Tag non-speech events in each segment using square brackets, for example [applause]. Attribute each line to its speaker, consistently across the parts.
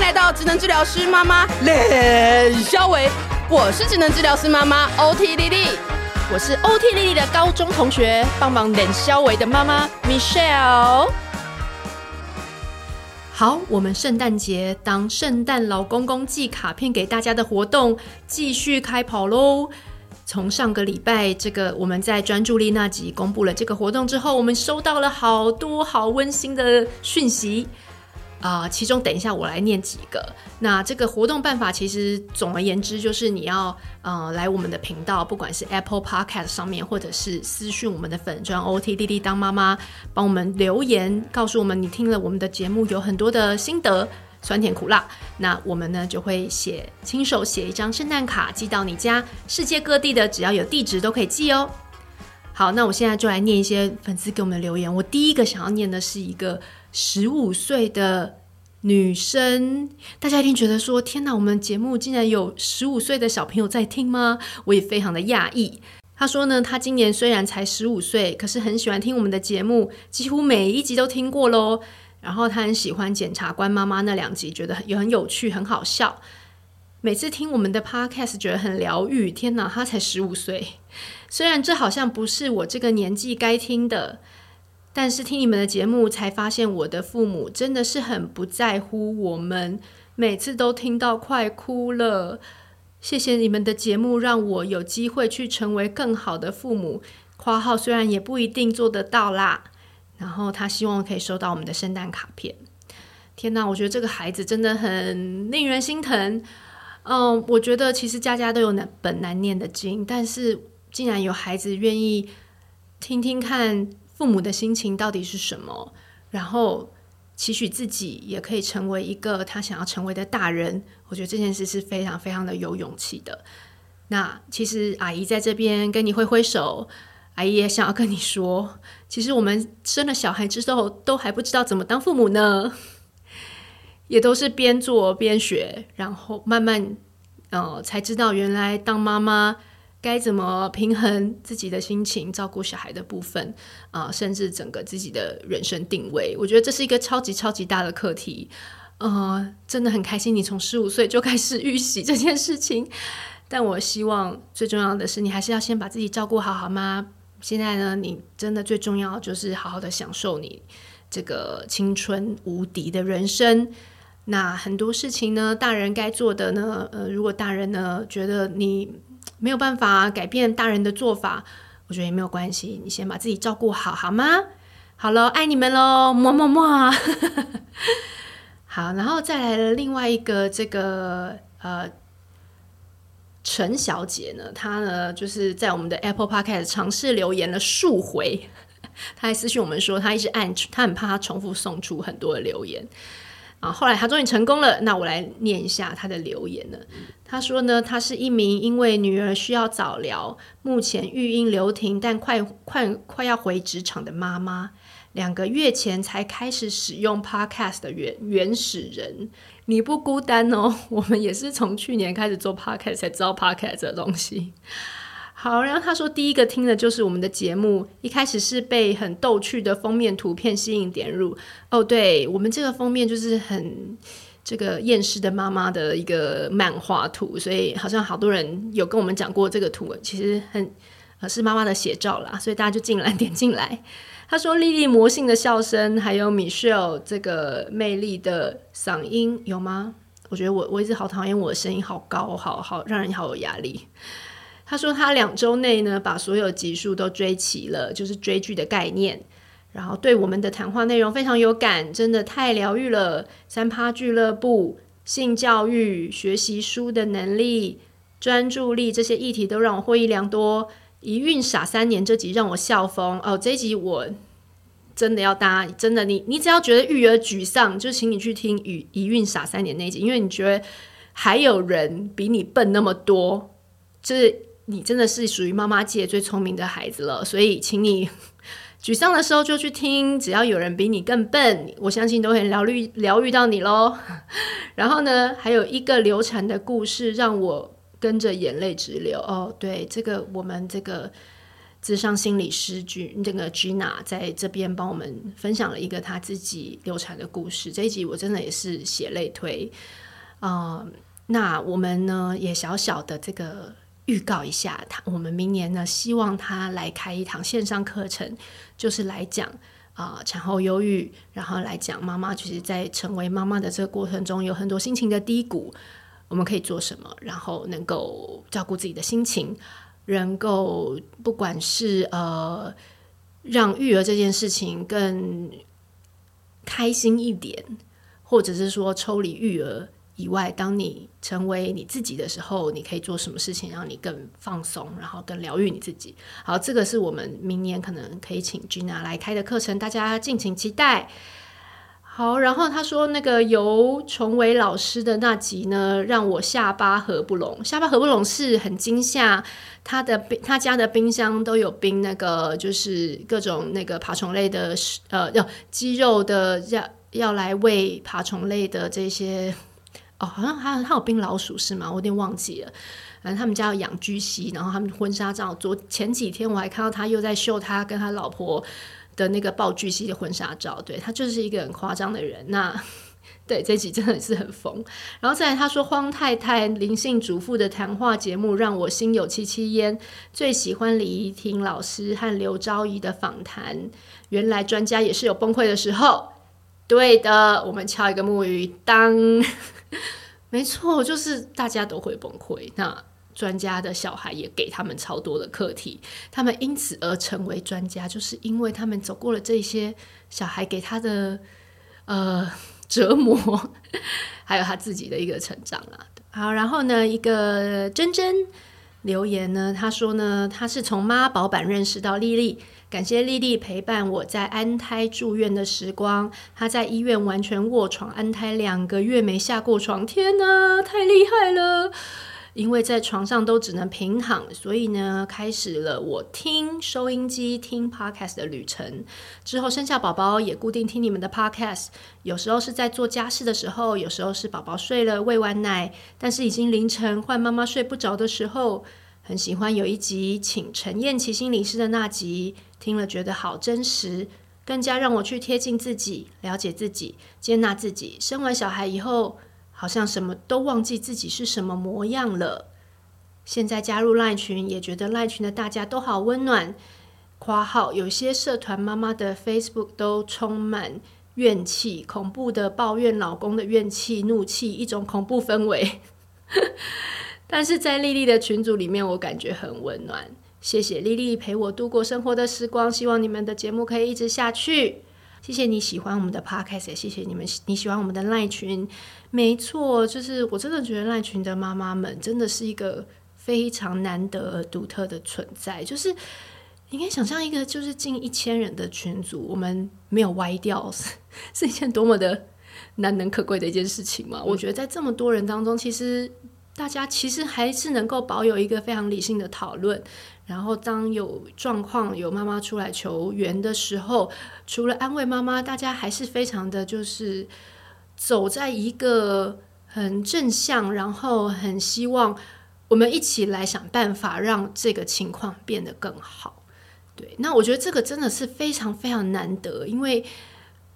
Speaker 1: 来到职能治疗师妈妈冷肖维，我是职能治疗师妈妈 OT 丽丽。
Speaker 2: 我是 OT 丽丽的高中同学，帮忙冷肖维的妈妈 Michelle。好，我们圣诞节当圣诞老公公寄卡片给大家的活动继续开跑喽！从上个礼拜这个我们在专注力那集公布了这个活动之后，我们收到了好多好温馨的讯息啊、其中等一下我来念几个。那这个活动办法其实总而言之就是你要呃来我们的频道，不管是 Apple Podcast 上面，或者是私讯我们的粉专 OT 弟弟当妈妈，帮我们留言，告诉我们你听了我们的节目有很多的心得。酸甜苦辣，那我们呢就会写亲手写一张圣诞卡寄到你家，世界各地的只要有地址都可以寄哦。好，那我现在就来念一些粉丝给我们的留言。我第一个想要念的是一个十五岁的女生，大家一定觉得说：“天哪，我们节目竟然有十五岁的小朋友在听吗？”我也非常的讶异。她说呢，她今年虽然才十五岁，可是很喜欢听我们的节目，几乎每一集都听过喽。然后她很喜欢检察官妈妈那两集，觉得也很有趣，很好笑。每次听我们的 podcast 觉得很疗愈。天哪，她才十五岁，虽然这好像不是我这个年纪该听的，但是听你们的节目才发现，我的父母真的是很不在乎我们，每次都听到快哭了。谢谢你们的节目，让我有机会去成为更好的父母。括号虽然也不一定做得到啦，然后他希望可以收到我们的圣诞卡片。天哪，我觉得这个孩子真的很令人心疼。嗯，我觉得其实家家都有难本难念的经，但是竟然有孩子愿意听听看父母的心情到底是什么，然后期许自己也可以成为一个他想要成为的大人。我觉得这件事是非常非常的有勇气的。那其实阿姨在这边跟你挥挥手，阿姨也想要跟你说，其实我们生了小孩之后，都还不知道怎么当父母呢，也都是边做边学，然后慢慢呃才知道原来当妈妈该怎么平衡自己的心情，照顾小孩的部分。啊、甚至整个自己的人生定位。我觉得这是一个超级超级大的课题。呃，真的很开心你从十五岁就开始预习这件事情， [laughs] 但我希望最重要的是，你还是要先把自己照顾好，好吗？现在呢，你真的最重要的就是好好的享受你这个青春无敌的人生。那很多事情呢，大人该做的呢，呃，如果大人呢觉得你没有办法改变大人的做法，我觉得也没有关系，你先把自己照顾好，好吗？好了，爱你们喽，么么么。 [laughs] 好，然后再来了另外一个这个呃陈小姐呢，她呢就是在我们的 Apple Podcast 尝试留言了数回， [laughs] 她还私讯我们说她一直按，她很怕她重复送出很多的留言。啊，后来她终于成功了，那我来念一下她的留言呢。她说呢，她是一名因为女儿需要早疗，目前育婴留停，但快快快要回职场的妈妈。两个月前才开始使用 Podcast 的原原始人，你不孤单哦。 [laughs] 我们也是从去年开始做 Podcast 才知道 Podcast 这东西。好，然后他说第一个听的就是我们的节目，一开始是被很逗趣的封面图片吸引点入。哦，对我们这个封面就是很这个厌世的妈妈的一个漫画图，所以好像好多人有跟我们讲过这个图，其实很呃是妈妈的写照啦，所以大家就进来点进来。他说莉莉魔性的笑声，还有 Michelle 这个魅力的嗓音有吗？我觉得我我一直好讨厌我的声音，好高，好好让人好有压力。他说他两周内呢把所有集数都追齐了，就是追剧的概念。然后对我们的谈话内容非常有感，真的太疗愈了。三趴俱乐部、性教育、学习书的能力、专注力这些议题都让我获益良多。一孕傻三年这集让我笑疯哦，这一集我真的要大家真的你你只要觉得育儿沮丧，就请你去听《与一孕傻三年》那一集，因为你觉得还有人比你笨那么多，就是你真的是属于妈妈界最聪明的孩子了，所以请你沮丧的时候就去听，只要有人比你更笨，我相信都会疗愈疗愈到你喽。 [laughs] 然后呢，还有一个流产的故事让我跟着眼泪直流。哦，对，这个我们这个智商心理师居这个 Gina 在这边帮我们分享了一个她自己流产的故事。这一集我真的也是血泪推，啊、那我们呢也小小的这个预告一下，他我们明年呢希望他来开一堂线上课程，就是来讲啊、产后忧郁，然后来讲妈妈其实在成为妈妈的这个过程中有很多心情的低谷，我们可以做什么，然后能够照顾自己的心情，能够不管是呃让育儿这件事情更开心一点，或者是说抽离育儿以外，当你成为你自己的时候，你可以做什么事情让你更放松，然后更疗愈你自己。好，这个是我们明年可能可以请 Gina 来开的课程，大家敬请期待。好，然后他说那个由崇伟老师的那集呢，让我下巴合不拢。下巴合不拢是很惊吓，他的冰 [laughs] 他家的冰箱都有冰那个就是各种那个爬虫类的食呃，要鸡肉的要要来喂爬虫类的这些。哦，好像还有还有冰老鼠是吗？我有点忘记了。反正他们家有养居蜥，然后他们婚纱照，昨前几天我还看到他又在秀他跟他老婆的那个爆巨蜥的婚纱照。对他就是一个很夸张的人。那 [laughs] 对这集真的是很疯。然后再来他说荒太太灵性主妇的谈话节目让我心有戚戚焉，最喜欢李怡婷老师和刘昭仪的访谈。原来专家也是有崩溃的时候。对的，我们敲一个木鱼，当。 [laughs] 没错，就是大家都会崩溃。那专家的小孩也给他们超多的课题，他们因此而成为专家，就是因为他们走过了这些小孩给他的呃折磨，还有他自己的一个成长啦。好，然后呢，一个珍珍留言呢，她说呢，她是从妈宝版认识到丽丽，感谢丽丽陪伴我在安胎住院的时光。她在医院完全卧床安胎两个月没下过床，天哪，太厉害了！因为在床上都只能平躺，所以呢，开始了我听收音机、听 podcast 的旅程。之后生下宝宝也固定听你们的 podcast，有时候是在做家事的时候，有时候是宝宝睡了喂完奶，但是已经凌晨换妈妈睡不着的时候，很喜欢有一集请陈燕琪心理师的那集，听了觉得好真实，更加让我去贴近自己、了解自己、接纳自己。生完小孩以后，好像什么都忘记自己是什么模样了。现在加入赖群，也觉得赖群的大家都好温暖。（括号有些社团妈妈的 Facebook 都充满怨气，恐怖的抱怨老公的怨气、怒气，一种恐怖氛围。 [laughs] 但是在丽丽的群组里面，我感觉很温暖。谢谢丽丽陪我度过生活的时光，希望你们的节目可以一直下去。谢谢你喜欢我们的 podcast，也谢谢你们你喜欢我们的赖群。没错，就是我真的觉得赖群的妈妈们真的是一个非常难得而独特的存在，就是。你可以想象一个就是近一千人的群组，我们没有歪掉， [laughs] 是是一件多么的难能可贵的一件事情嘛？我觉得在这么多人当中，其实大家其实还是能够保有一个非常理性的讨论。然后当有状况有妈妈出来求援的时候，除了安慰妈妈，大家还是非常的就是走在一个很正向，然后很希望我们一起来想办法让这个情况变得更好。对，那我觉得这个真的是非常非常难得，因为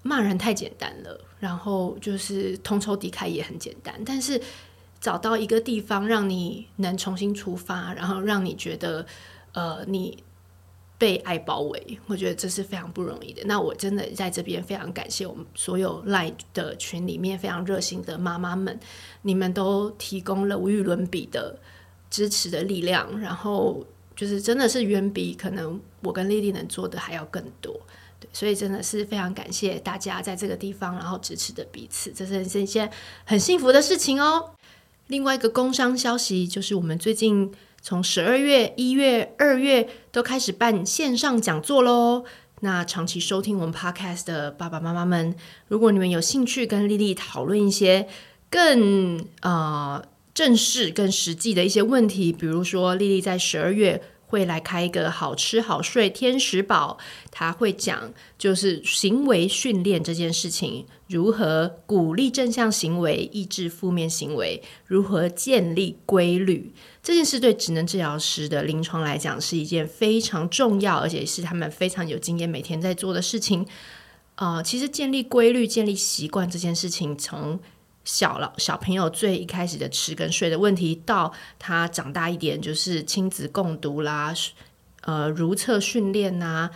Speaker 2: 骂人太简单了，然后就是同仇敌忾也很简单，但是找到一个地方让你能重新出发，然后让你觉得呃你被爱包围，我觉得这是非常不容易的。那我真的在这边非常感谢我们所有 Line 的群里面非常热心的妈妈们，你们都提供了无与伦比的支持的力量，然后就是真的是远比可能我跟丽丽能做的还要更多。对，所以真的是非常感谢大家在这个地方，然后支持的彼此，这是是一件很幸福的事情哦。另外一个工商消息就是，我们最近从十二月、一月、二月都开始办线上讲座喽。那长期收听我们 podcast 的爸爸妈妈们，如果你们有兴趣跟丽丽讨论一些更呃正式、更实际的一些问题，比如说丽丽在十二月。会来开一个好吃好睡天使堡，他会讲就是行为训练这件事情，如何鼓励正向行为，抑制负面行为，如何建立规律。这件事对职能治疗师的临床来讲是一件非常重要，而且是他们非常有经验，每天在做的事情。呃，其实建立规律、建立习惯这件事情，从小了小朋友最一开始的吃跟睡的问题，到他长大一点，就是亲子共读啦，呃，如厕训练啊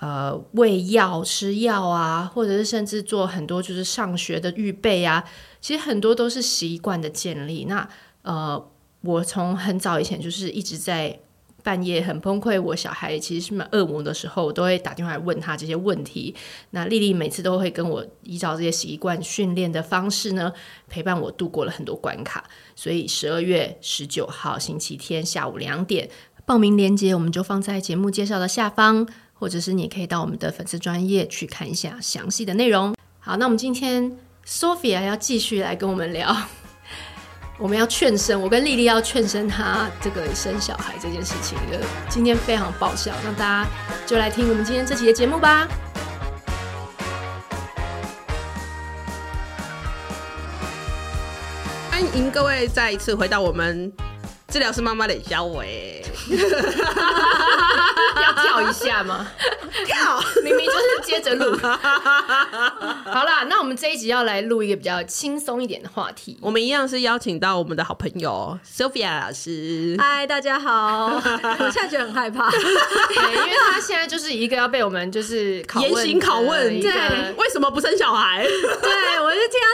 Speaker 2: 呐、呃，喂药、吃药啊，或者是甚至做很多就是上学的预备啊，其实很多都是习惯的建立。那呃，我从很早以前就是一直在半夜很崩溃，我小孩其实是蛮恶魔的时候，我都会打电话来问他这些问题。那丽丽每次都会跟我依照这些习惯训练的方式呢，陪伴我度过了很多关卡。所以十二月十九号星期天下午两点，报名链接我们就放在节目介绍的下方，或者是你也可以到我们的粉丝专业去看一下详细的内容。好，那我们今天 Sophia 要继续来跟我们聊。 [laughs] 我们要劝生，我跟丽丽要劝生她这个生小孩这件事情的。今天非常爆笑，那大家就来听我们今天这期的节目吧。
Speaker 1: 欢迎各位再一次回到我们治疗师妈妈的小 [laughs] 伟。
Speaker 2: 要跳一下吗？
Speaker 1: 跳，
Speaker 2: [laughs] 明明就是接着录。 [laughs] 好啦，那我们这一集要来录一个比较轻松一点的话题。
Speaker 1: 我们一样是邀请到我们的好朋友 Sophia 老师。
Speaker 3: 嗨，大家好，我现在觉得很害怕。 [laughs]
Speaker 2: 对，因为他现在就是一个要被我们就是拷
Speaker 1: 严
Speaker 2: 问
Speaker 1: 刑拷
Speaker 2: 的
Speaker 1: 问，
Speaker 2: 一个
Speaker 1: 对，为什么不生小 [laughs] 孩？
Speaker 3: 对，我就听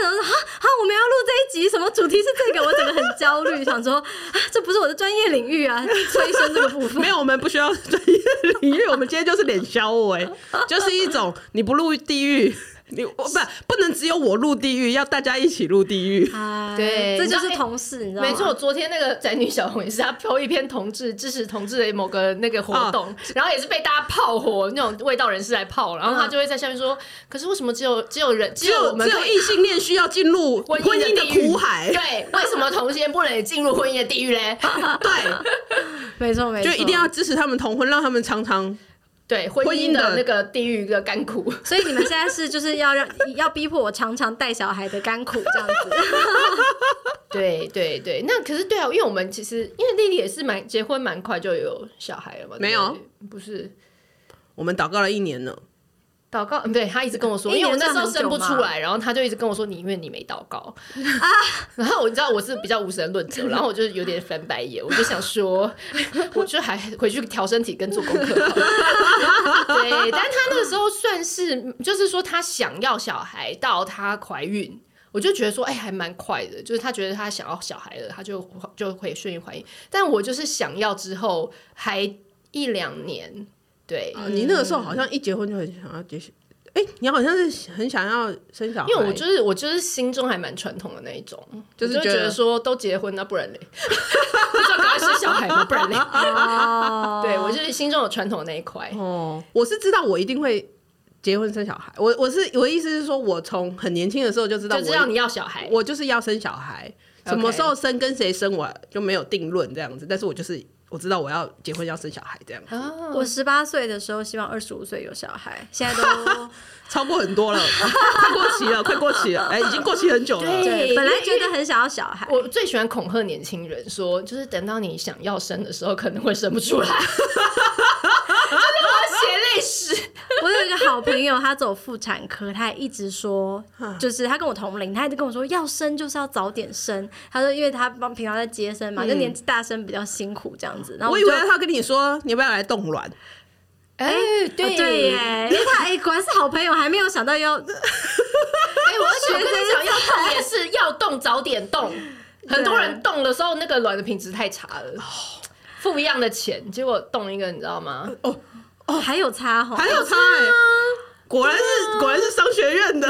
Speaker 3: 到说啊啊，我们要录这一集，什么主题是这个？我整个很焦虑，想说啊，这不是我的专业领域啊，催生这个部
Speaker 1: [laughs]
Speaker 3: 分
Speaker 1: 没。有，我们不需要专业领域，我们今天就是脸削尾，就是一种你不入地狱，你我不不能只有我入地狱，要大家一起入地狱。
Speaker 3: 哎
Speaker 2: 对
Speaker 3: 这
Speaker 2: 你知
Speaker 3: 就
Speaker 2: 道
Speaker 3: 是
Speaker 2: 哎
Speaker 3: 同事，你知道吗？
Speaker 2: 没错，，昨天那个宅女小红也是，她抛一篇同志支持同志的某个那个活动，然后也是被大家炮火，那种味道人士来炮，然后她就会在下面说：“可是为什么只有只有人只
Speaker 1: 只
Speaker 2: 有我
Speaker 1: 有
Speaker 2: 们
Speaker 1: 只有异性恋需要进
Speaker 2: [laughs]
Speaker 1: 入婚姻的
Speaker 2: 地狱
Speaker 1: 苦海，
Speaker 2: 对，为什么同性恋不能进入婚姻的地狱嘞？
Speaker 1: 对，
Speaker 3: 没错，没错，
Speaker 1: 就一定要。支持他们同婚，让他们尝尝。
Speaker 2: 对，婚
Speaker 1: 婚
Speaker 2: 姻
Speaker 1: 姻
Speaker 2: 的
Speaker 1: 的
Speaker 2: 那个地狱的甘苦。”
Speaker 3: 所以你们现在是就是要让 [laughs] 要逼迫我尝尝带小孩的甘苦这样子。
Speaker 2: [laughs] 对对对，那可是对啊，因为我们其实因为丽丽也是蛮结婚蛮快就有小孩了嘛，对不对
Speaker 1: 没有，
Speaker 2: 不是
Speaker 1: 我们祷告了一年了，
Speaker 2: 祷告，嗯对她一直跟我说，
Speaker 3: 一
Speaker 2: 因为我
Speaker 3: 年
Speaker 2: 那时
Speaker 3: 算
Speaker 2: 候
Speaker 3: 很
Speaker 2: 生
Speaker 3: 久
Speaker 2: 不出
Speaker 3: 嘛
Speaker 2: 来，然后她就一直跟我说你因为你没祷告
Speaker 3: [laughs]
Speaker 2: 啊，然后我你知道我是比较无神论者，然后我就有点翻白眼，我就想说， [laughs] 我就还回去调身体跟做功课好了。对，但她那个时候算是就是说她想要小孩到她怀孕。我就觉得说，哎、还蛮快的，就是她觉得她想要小孩了，她就就会顺应怀孕。但我就是想要之后还一两年，对，
Speaker 3: 哦
Speaker 1: 啊你那个时候好像一结婚就很想要结，哎、你好像是很想要生小孩，
Speaker 2: 因为我就是我就是心中还蛮传统的那一种，
Speaker 1: 就是
Speaker 2: 我
Speaker 1: 觉
Speaker 2: 觉
Speaker 1: 得
Speaker 2: 得说都结婚了，
Speaker 1: [laughs]
Speaker 2: 不然嘞，就赶快生小孩啊嘛，不然嘞。
Speaker 3: 哦
Speaker 2: 对我就是心中有传统那一块，
Speaker 1: 哦，我是知道我一定会结婚生小孩，我我是我的意思是说，我从很年轻的时候就知道我
Speaker 2: 就知道你要小孩。
Speaker 1: 我就是要生小孩，
Speaker 2: OK
Speaker 1: 什么时候生跟谁生我就没有定论这样子，但是我就是我知道我要结婚要生小孩这样，
Speaker 2: 啊
Speaker 3: 我十八岁的时候希望二十五岁有小孩，现在都
Speaker 1: 超过很多了， [laughs] 快过期了，快过期了，哎、已经过期很久了
Speaker 2: 对。
Speaker 3: 对，本来觉得很想要小孩，
Speaker 2: 我最喜欢恐吓年轻人说，就是等到你想要生的时候，可能会生不出来， [laughs] 真的我血泪史。
Speaker 3: [laughs] 我有一个好朋友，他走妇产科，他也一直说，就是他跟我同龄，他一直跟我说，要生就是要早点生。他说，因为他帮平常在接生嘛，就年纪大生比较辛苦这样子。然
Speaker 1: 嗯
Speaker 3: 后
Speaker 1: 我以
Speaker 3: 就
Speaker 1: 为他跟你说你要不要来冻卵，
Speaker 3: 哦
Speaker 2: 哎、对
Speaker 3: 啊对耶，因为他哎、果然是好朋友，还没有想
Speaker 1: [laughs]
Speaker 3: 到要
Speaker 1: 哦
Speaker 2: 哎、我而且我跟你讲，要动也是要动，早点动。很多人动的时候，那个卵的品质太差
Speaker 3: 哦
Speaker 2: 了，付一样的钱，结果动一个，你知道
Speaker 3: [laughs]
Speaker 2: 吗？
Speaker 3: 哦还有差哈，
Speaker 1: 还有差哎、果然
Speaker 3: 啊
Speaker 1: 是果然是商学院
Speaker 3: [laughs]
Speaker 1: 的，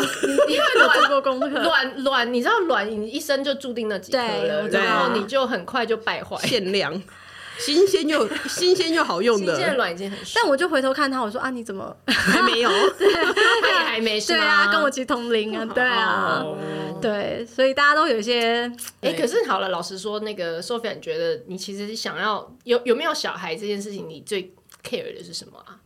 Speaker 2: 因为
Speaker 3: 有做
Speaker 2: 卵
Speaker 3: 过
Speaker 1: [laughs]
Speaker 3: 功课，
Speaker 2: 卵卵，你知道卵你一生就注定那几颗
Speaker 3: 对
Speaker 2: 了，
Speaker 3: 我知道
Speaker 2: 然后你就很快就败坏。
Speaker 1: 限量，新鲜又新鲜又好用
Speaker 2: 新鲜的
Speaker 1: 的，
Speaker 2: 卵已经很少，
Speaker 1: [laughs]
Speaker 3: [laughs] 但我就回头看他，我说啊，你怎么？
Speaker 1: 还没有。
Speaker 2: 它也还还没是
Speaker 3: 对啊，
Speaker 2: 吗
Speaker 3: 跟我其实同龄啊，对啊，
Speaker 2: 哦
Speaker 3: 对，所以大家都有一些
Speaker 2: 哎、
Speaker 3: 对
Speaker 2: 可是好了，老实说，那个 Sophia，你觉得你其实想要有有没有小孩这件事情，你最 care 的是什么啊？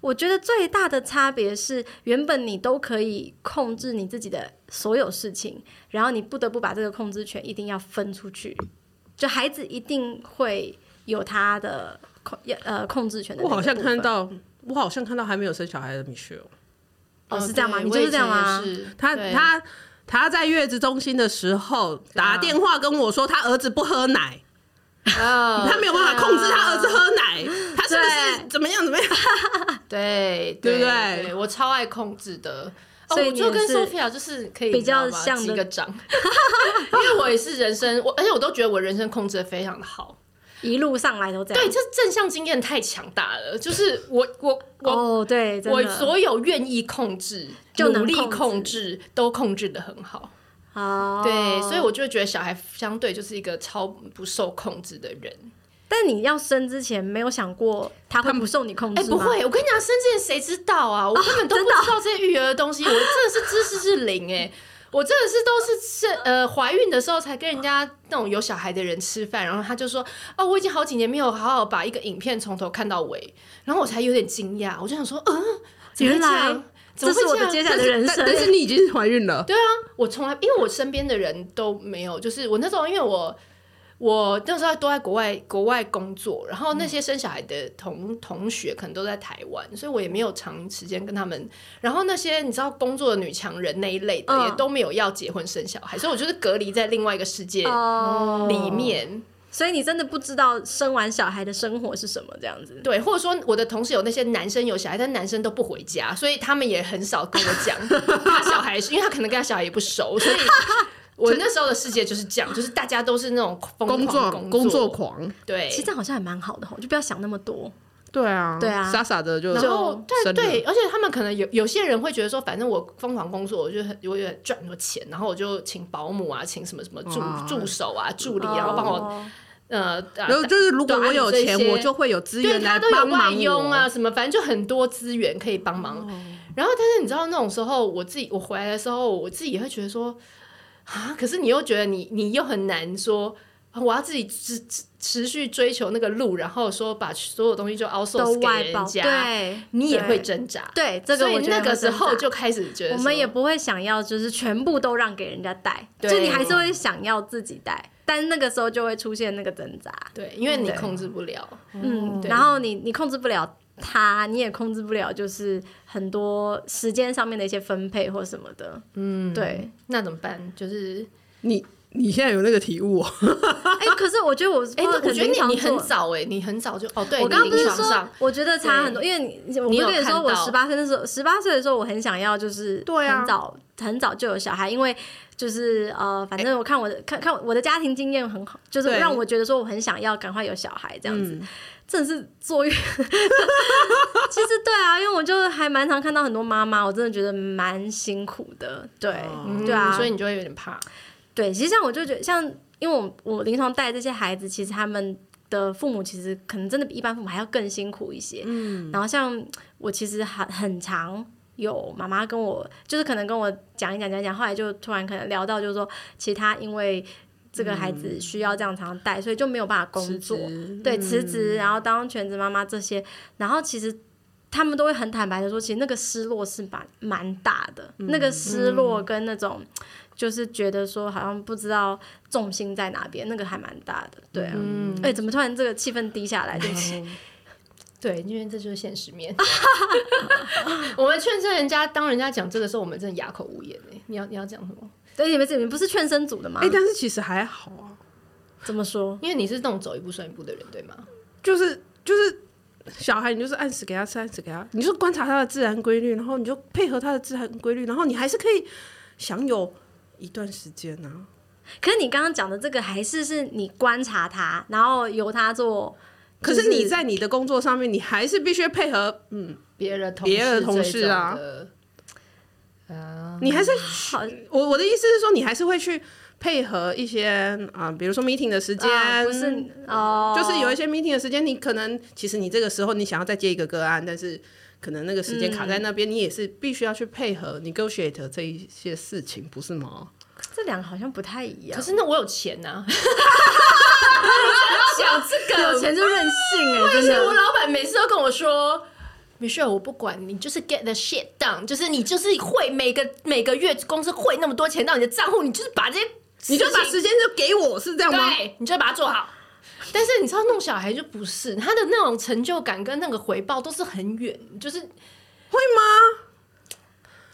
Speaker 3: 我觉得最大的差别是，原本你都可以控制你自己的所有事情，然后你不得不把这个控制权一定要分出去，就孩子一定会有他的控呃控制权的那
Speaker 1: 我
Speaker 3: 个部哦
Speaker 1: 好
Speaker 3: 分。
Speaker 1: 像看到，我好像看到还没有生小孩的米雪哦，
Speaker 3: 哦
Speaker 2: 嗯
Speaker 3: 是这样吗
Speaker 2: 对
Speaker 3: 你
Speaker 2: 我
Speaker 3: 就是
Speaker 2: 以
Speaker 3: 这样
Speaker 2: 前也
Speaker 3: 吗
Speaker 2: 是
Speaker 1: 她
Speaker 2: 对
Speaker 1: 她她在月子中心的时候打电话跟我说，她儿子不喝奶。
Speaker 2: 哦
Speaker 1: 他没有办法控制他儿子喝奶，他是不
Speaker 3: 对
Speaker 1: 是怎么样怎么样？
Speaker 2: 对
Speaker 1: 对不
Speaker 2: 对
Speaker 1: 对
Speaker 2: 我超爱控制的。哦、
Speaker 3: 所以
Speaker 2: 我
Speaker 3: 你
Speaker 2: 就
Speaker 3: 也
Speaker 2: 跟
Speaker 3: 是
Speaker 2: Sophia 就是可以
Speaker 3: 比较
Speaker 2: 你知道吗
Speaker 3: 像的
Speaker 2: 击个掌，因为我也是人生，我而且我都觉得我人生控制的非常的好。
Speaker 3: 一路上来都这样。
Speaker 2: 对，这正向经验太强大了，就是我我我、
Speaker 3: 哦，对，真
Speaker 2: 我
Speaker 3: 的
Speaker 2: 所有愿意控制、
Speaker 3: 就能
Speaker 2: 努力
Speaker 3: 控制
Speaker 2: 控制都控制的很好。
Speaker 3: 哦，
Speaker 2: 对，所以我就会觉得小孩相对就是一个超不受控制的人。
Speaker 3: 但你要生之前没有想过他会不受你控
Speaker 2: 哎、
Speaker 3: 制吗？哦
Speaker 2: 不会，我跟你讲，生之前谁知道啊？我根本都不知道这些育儿的东西，我真的是知识是零哎、我真的是都是是呃怀孕的时候才跟人家那种有小孩的人吃饭，然后他就说哦，我已经好几年没有好好把一个影片从头看到尾，然后我才有点惊讶，我就想说，嗯，怎么会
Speaker 3: 原
Speaker 2: 这
Speaker 3: 来
Speaker 2: 样怎么会
Speaker 3: 这是我
Speaker 2: 这
Speaker 3: 的
Speaker 2: 样
Speaker 3: 接下来的人
Speaker 1: 但但是
Speaker 3: 生。
Speaker 1: 你已经怀孕了，
Speaker 2: 对啊，我从来因为我身边的人都没有，就是我那时候因为我我那时候都在国外国外工作，然
Speaker 3: 嗯
Speaker 2: 后那些生小孩的同同学可能都在台湾，所以我也没有长时间跟他们。然后那些你知道工作的女强人那一类的、
Speaker 3: 嗯
Speaker 2: 也都没有要结婚生小孩，所以我就是隔离在另外一个世界
Speaker 3: 哦
Speaker 2: 里面。
Speaker 3: 所以你真的不知道生完小孩的生活是什么这样子。
Speaker 2: 对，或者说我的同事有那些男生有小孩，但男生都不回家，所以他们也很少跟我
Speaker 1: [laughs]
Speaker 2: 讲他小孩是，因为他可能跟他小孩也不熟，所以我那时候的世界就是这样，就是大家都是那种疯狂
Speaker 1: 工作
Speaker 2: 工
Speaker 1: 工
Speaker 2: 作
Speaker 1: 作，狂，
Speaker 2: 对
Speaker 3: 其。实这样好像也蛮好的吼，就不要想那么多。
Speaker 1: 对啊，
Speaker 3: 对啊
Speaker 1: 傻傻的就
Speaker 2: 然后，对
Speaker 1: 生
Speaker 2: 对，
Speaker 1: 了
Speaker 2: 而且他们可能有有些人会觉得说，反正我疯狂工作，我就很我也赚很多钱，然后我就请保姆啊，请什么什么助、
Speaker 1: 哦
Speaker 2: 助手啊、助理，然后帮我
Speaker 3: 哦
Speaker 2: 呃，啊
Speaker 1: 然后就是如果
Speaker 2: 对啊
Speaker 1: 我有
Speaker 2: 你这
Speaker 1: 钱，
Speaker 2: 些
Speaker 1: 我就会有资
Speaker 2: 对
Speaker 1: 源
Speaker 2: 他
Speaker 1: 来
Speaker 2: 都有
Speaker 1: 帮
Speaker 2: 外
Speaker 1: 忙
Speaker 2: 佣
Speaker 1: 我。
Speaker 2: 啊，什么反正就很多资源可以帮忙。
Speaker 3: 哦
Speaker 2: 然后，但是你知道那种时候，我自己我回来的时候，我自己也会觉得说啊，可是你又觉得你你又很难说，啊我要自己持持持续追求那个路，然后说把所有东西就 outsource
Speaker 3: 都
Speaker 2: 给
Speaker 3: 外包，
Speaker 2: 人家，
Speaker 3: 对，
Speaker 2: 你也
Speaker 3: 对
Speaker 2: 会挣扎。
Speaker 3: 对这个
Speaker 2: 所
Speaker 3: 我
Speaker 2: 以
Speaker 3: 觉得
Speaker 2: 那
Speaker 3: 会
Speaker 2: 个时
Speaker 3: 挣扎
Speaker 2: 候就开始觉得
Speaker 3: 我们
Speaker 2: 说
Speaker 3: 也不会想要，就是全部都让给人家带，
Speaker 2: 对
Speaker 3: 就你还是会想要自己带，但那个时候就会出现那个挣扎，
Speaker 2: 对，因为你
Speaker 3: 对
Speaker 2: 控制不了。
Speaker 3: 嗯，
Speaker 2: 对
Speaker 3: 然后你你控制不了他，你也控制不了，就是很多时间上面的一些分配或什么的，嗯，对，
Speaker 2: 那怎么办？就是，
Speaker 1: 你你现在有那个体悟哦，
Speaker 3: 哎、可是我觉得我，
Speaker 2: 哎、那我觉得你
Speaker 3: 可能
Speaker 2: 你
Speaker 3: 临床
Speaker 2: 很
Speaker 3: 做
Speaker 2: 早哎、你很早就哦，对，
Speaker 3: 我刚刚
Speaker 2: 你
Speaker 3: 不是
Speaker 2: 临床
Speaker 3: 说
Speaker 2: 上，
Speaker 3: 我觉得差很多，因为你我不
Speaker 2: 你
Speaker 3: 是
Speaker 2: 有
Speaker 3: 跟你说，
Speaker 2: 看
Speaker 3: 我
Speaker 2: 到
Speaker 3: 十八岁那时候，十八岁的时候，我很想要，就是
Speaker 1: 对啊
Speaker 3: 很早很早就有小孩，因为就是呃，反正我看我的、看看我的家庭经验很好，就是
Speaker 1: 对
Speaker 3: 让我觉得说我很想要赶快有小孩这样子，
Speaker 2: 嗯
Speaker 3: 真的是坐月。 [laughs] 其实对啊，因为我就还蛮常看到很多妈妈，我真的觉得蛮辛苦的，对、
Speaker 1: 哦
Speaker 3: 对啊，
Speaker 2: 嗯所以你就会有点怕。
Speaker 3: 对，其实像我就觉得，像因为我我临床带这些孩子，其实他们的父母其实可能真的比一般父母还要更辛苦一些。嗯，然后像我其实很很常有妈妈跟我，就是可能跟我讲一讲讲一讲，后来就突然可能聊到就是说，其实他因为这个孩子需要这样常带，所以就没有办法工作。对，辞职，嗯然后当全职妈妈这些，然后其实他们都会很坦白的说，其实那个失落是蛮蛮大的，那个失落跟那种就是觉得说好像不知道重心在哪边，那个还蛮大的，对啊。
Speaker 2: 嗯，
Speaker 3: 哎、怎么突然这个气氛低下来？对不起，
Speaker 2: 对，因为这就是现实面。 [laughs] 我们劝劝人家，当人家讲这个时候，我们真的哑口无言哎、你要你要讲什么？
Speaker 3: [laughs] 对，你们你们不是劝生组的吗？
Speaker 1: 哎，但是其实还好啊，
Speaker 3: 怎么说？
Speaker 2: 因为你是那种走一步算一步的人，对吗？
Speaker 1: 就是就是。小孩，你就是按时给他吃，按时给他，你就观察他的自然规律，然后你就配合他的自然规律，然后你还是可以享有一段时间啊。
Speaker 3: 可是你刚刚讲的这个还是是你观察他，然后由他做。
Speaker 1: 可
Speaker 3: 就是
Speaker 1: 你在你的工作上面，你还是必须配合，嗯，
Speaker 2: 别人同
Speaker 1: 别人
Speaker 2: 事
Speaker 1: 的同
Speaker 2: 这
Speaker 1: 事啊
Speaker 2: 种的，啊，
Speaker 1: 你还是
Speaker 3: 好，呃
Speaker 1: 我我的意思是说，你还是会去配合一些啊、比如说 meeting 的时间，
Speaker 3: 啊不是哦，
Speaker 1: 就是有一些 meeting 的时间，你可能其实你这个时候你想要再接一个个案，但是可能那个时间卡在那边，你也是必须要去配合 negotiate 这一些事情，不是吗？
Speaker 3: 这两个好像不太一样。
Speaker 2: 可是那我有钱啊 [laughs] 呐、讲这个
Speaker 3: 有钱就任性哎、
Speaker 2: 而
Speaker 3: 真
Speaker 2: 且我
Speaker 3: 的。
Speaker 2: 老板每次都跟我说。没事，我不管你，就是 get the shit done，就是你就是汇每个每个月公司汇那么多钱到你的账户，你就是把这些
Speaker 1: 你就把
Speaker 2: 事情
Speaker 1: 时间就给我，是这样吗？
Speaker 2: 对，你就把它做好。但是你知道弄小孩就不是，他的那种成就感跟那个回报都是很远，就是
Speaker 1: 会吗？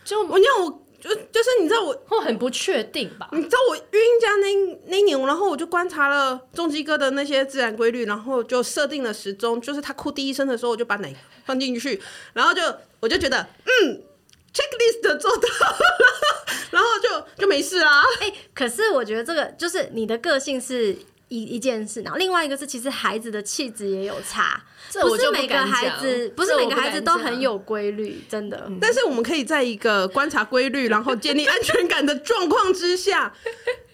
Speaker 2: 就
Speaker 1: 我你看我就就是你知道我
Speaker 2: 会很不确定吧。
Speaker 1: 你知道我晕家那那一年，然后我就观察了重基哥的那些自然规律，然后就设定了时钟，就是他哭第一声的时候，我就把奶放进去，然后就我就觉得嗯，checklist 做到了，然后就就没事啊啦。
Speaker 3: 哎、可是我觉得这个就是你的个性是一一件事，然后另外一个是其实孩子的气质也有差，
Speaker 2: 这我
Speaker 3: 是
Speaker 2: 就
Speaker 3: 每
Speaker 2: 不
Speaker 3: 个
Speaker 2: 敢
Speaker 3: 孩
Speaker 2: 讲
Speaker 3: 子不是
Speaker 2: 这
Speaker 3: 每
Speaker 2: 我
Speaker 3: 个
Speaker 2: 不
Speaker 3: 孩子
Speaker 2: 敢
Speaker 3: 都
Speaker 2: 讲嗯
Speaker 3: 很有规律，真的。
Speaker 1: 但是我们可以在一个观察规律，然后建立安全感的状况之
Speaker 2: [laughs]
Speaker 1: 下，